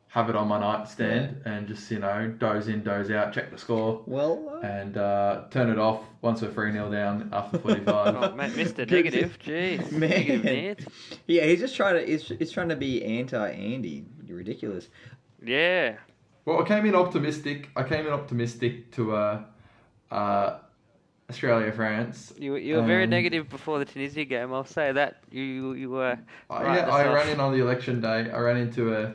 have it on my nightstand and just you know doze in, doze out, check the score, well, uh, and uh, turn it off once we're three 0 down after forty Oh, five. mate, Mr. Good- Negative, jeez. Man. Negative Nance. yeah, he's just trying to. He's, he's trying to be anti-Andy. Ridiculous. Yeah. well, I came in optimistic. I came in optimistic to uh, uh, Australia France. You, were- you were very Um, negative before the Tunisia game, I'll say that. You you, you were. I, right yeah, Oh, I yourself. ran in on the election day. I ran into a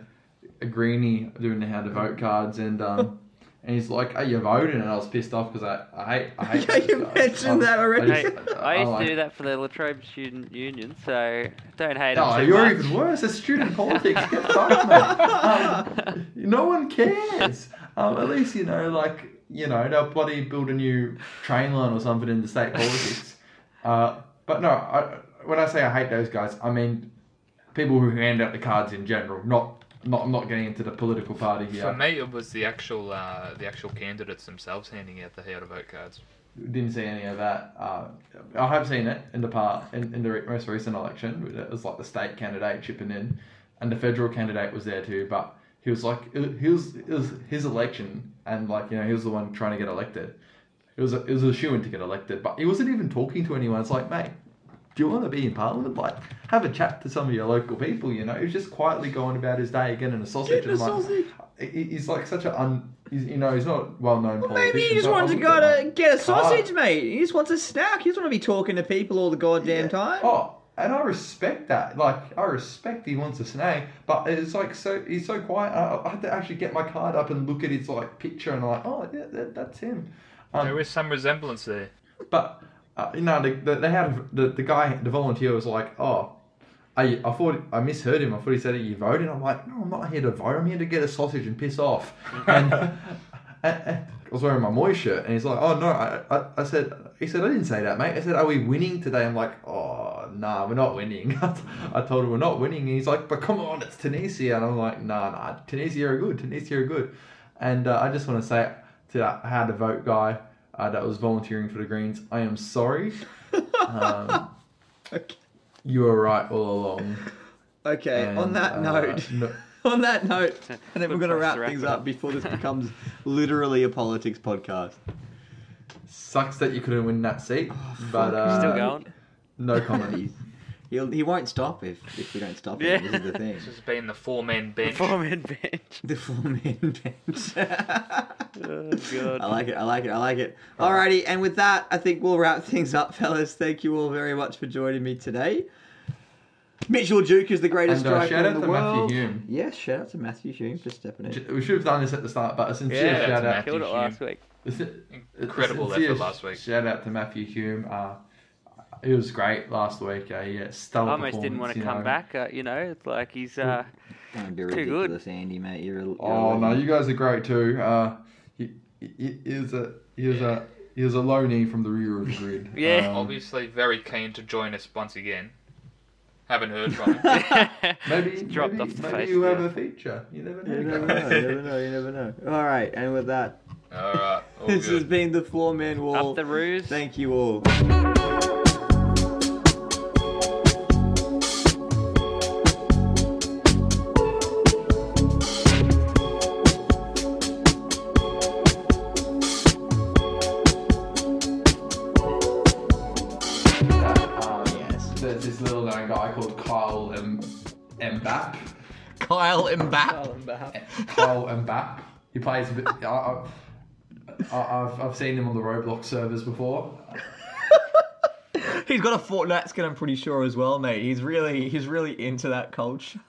a greenie doing the how to vote cards, and um, and he's like, "Are you voting?" And I was pissed off because I I hate. I hate Yeah, those you guys. mentioned Um, that already. I, Hey, just- I I used to like- do that for the Latrobe Student Union, so don't hate No, him too Oh, you're much. even worse. It's student politics. Get fucked, mate. Um, no one cares. Um, at least you know, like you know, they'll bloody build a new train line or something in the state politics. Uh, but no, I, when I say I hate those guys, I mean people who hand out the cards in general. Not, not, I'm not getting into the political party here. For me, it was the actual uh, the actual candidates themselves handing out the how to vote cards. Didn't see any of that. Uh, I have seen it in the part in, in the re- most recent election. It was like the state candidate chipping in, and the federal candidate was there too. But he was like, it, he was, it was his election, and like you know, he was the one trying to get elected. It was a, it was a shoo in to get elected, but he wasn't even talking to anyone. It's like, mate, do you want to be in parliament? Like, have a chat to some of your local people. You know, he was just quietly going about his day, getting a sausage. Getting and a like, sausage. he- He's like such a un, he's, you know, he's not well known. Well, maybe he just wants to go to get a sausage, mate. He just wants a snack. He just want to be talking to people all the goddamn Yeah. time. Oh, and I respect that. Like, I respect he wants a snake, but it's like so he's so quiet. I, I had to actually get my card up and look at his like picture, and like, oh yeah, that, that's him. Um, There is some resemblance there. but uh, you know, the, the, they had the, the guy, the volunteer was like, oh. I, I thought I misheard him. I thought he said, "Are you voting?" I'm like, "No, I'm not here to vote. I'm here to get a sausage and piss off." And, and- and I was wearing my Moy shirt, and he's like, "Oh no!" I, I, I said, "He said I didn't say that, mate." I said, "Are we winning today?" I'm like, "Oh, nah, we're not winning." I told him we're not winning, and he's like, "But come on, it's Tunisia," and I'm like, "Nah, nah, Tunisia are good. Tunisia are good." And uh, I just want to say to that how to vote guy uh, that was volunteering for the Greens, I am sorry. Um, Okay. you were right all along. Okay. on And, that uh, note. no- on that note, and then Good we're going to place wrap to wrap things it up up. before this becomes literally a politics podcast. sucks that you couldn't win that seat, but uh, Oh, Still going? no comment. uh, He'll, he won't stop if, if we don't stop him. Yeah. This is the thing. This has been the four man bench. Before I'm in bench. The four man bench. Oh, God. I like it. I like it. I like it. Alrighty, and with that, I think we'll wrap things up, fellas. Thank you all very much for joining me today. Mitchell Duke is the greatest And, uh, striker shout in out the to Matthew world. Hume. Yes, shout out to Matthew Hume for stepping in. We should have done this at the start, but a sincere Yeah, shout out. Matthew Killed it Hume. last week. a Incredible sincere effort last week. Shout out to Matthew Hume. Uh, it was great last week. Uh, yeah, stellar. I almost didn't performance, want to you come know. back. Uh, you know, it's like he's. Uh, Don't be Too good. ridiculous, Andy, mate. You're a, you're Oh a no, legend. you guys are great too. Uh, he, he, he was a he was a he was a low knee from the rear of the grid. Yeah. Um, Obviously, very keen to join us once again. Haven't heard from him. maybe dropped maybe, off the maybe face, you have yeah. a feature. You never You never know. know. You never know. You never know. All right, and with that, All right, all this has good. been the Four Man Wall. Up the ruse. Thank you all. Um, Yes. There's this little known guy called Kyle M- Mbapp. Kyle Mbapp. Kyle Mbapp. He plays. a bit- I, I, I- I've, I've seen him on the Roblox servers before. He's got a Fortnite skin, I'm pretty sure as well, mate. He's really he's really into that culture.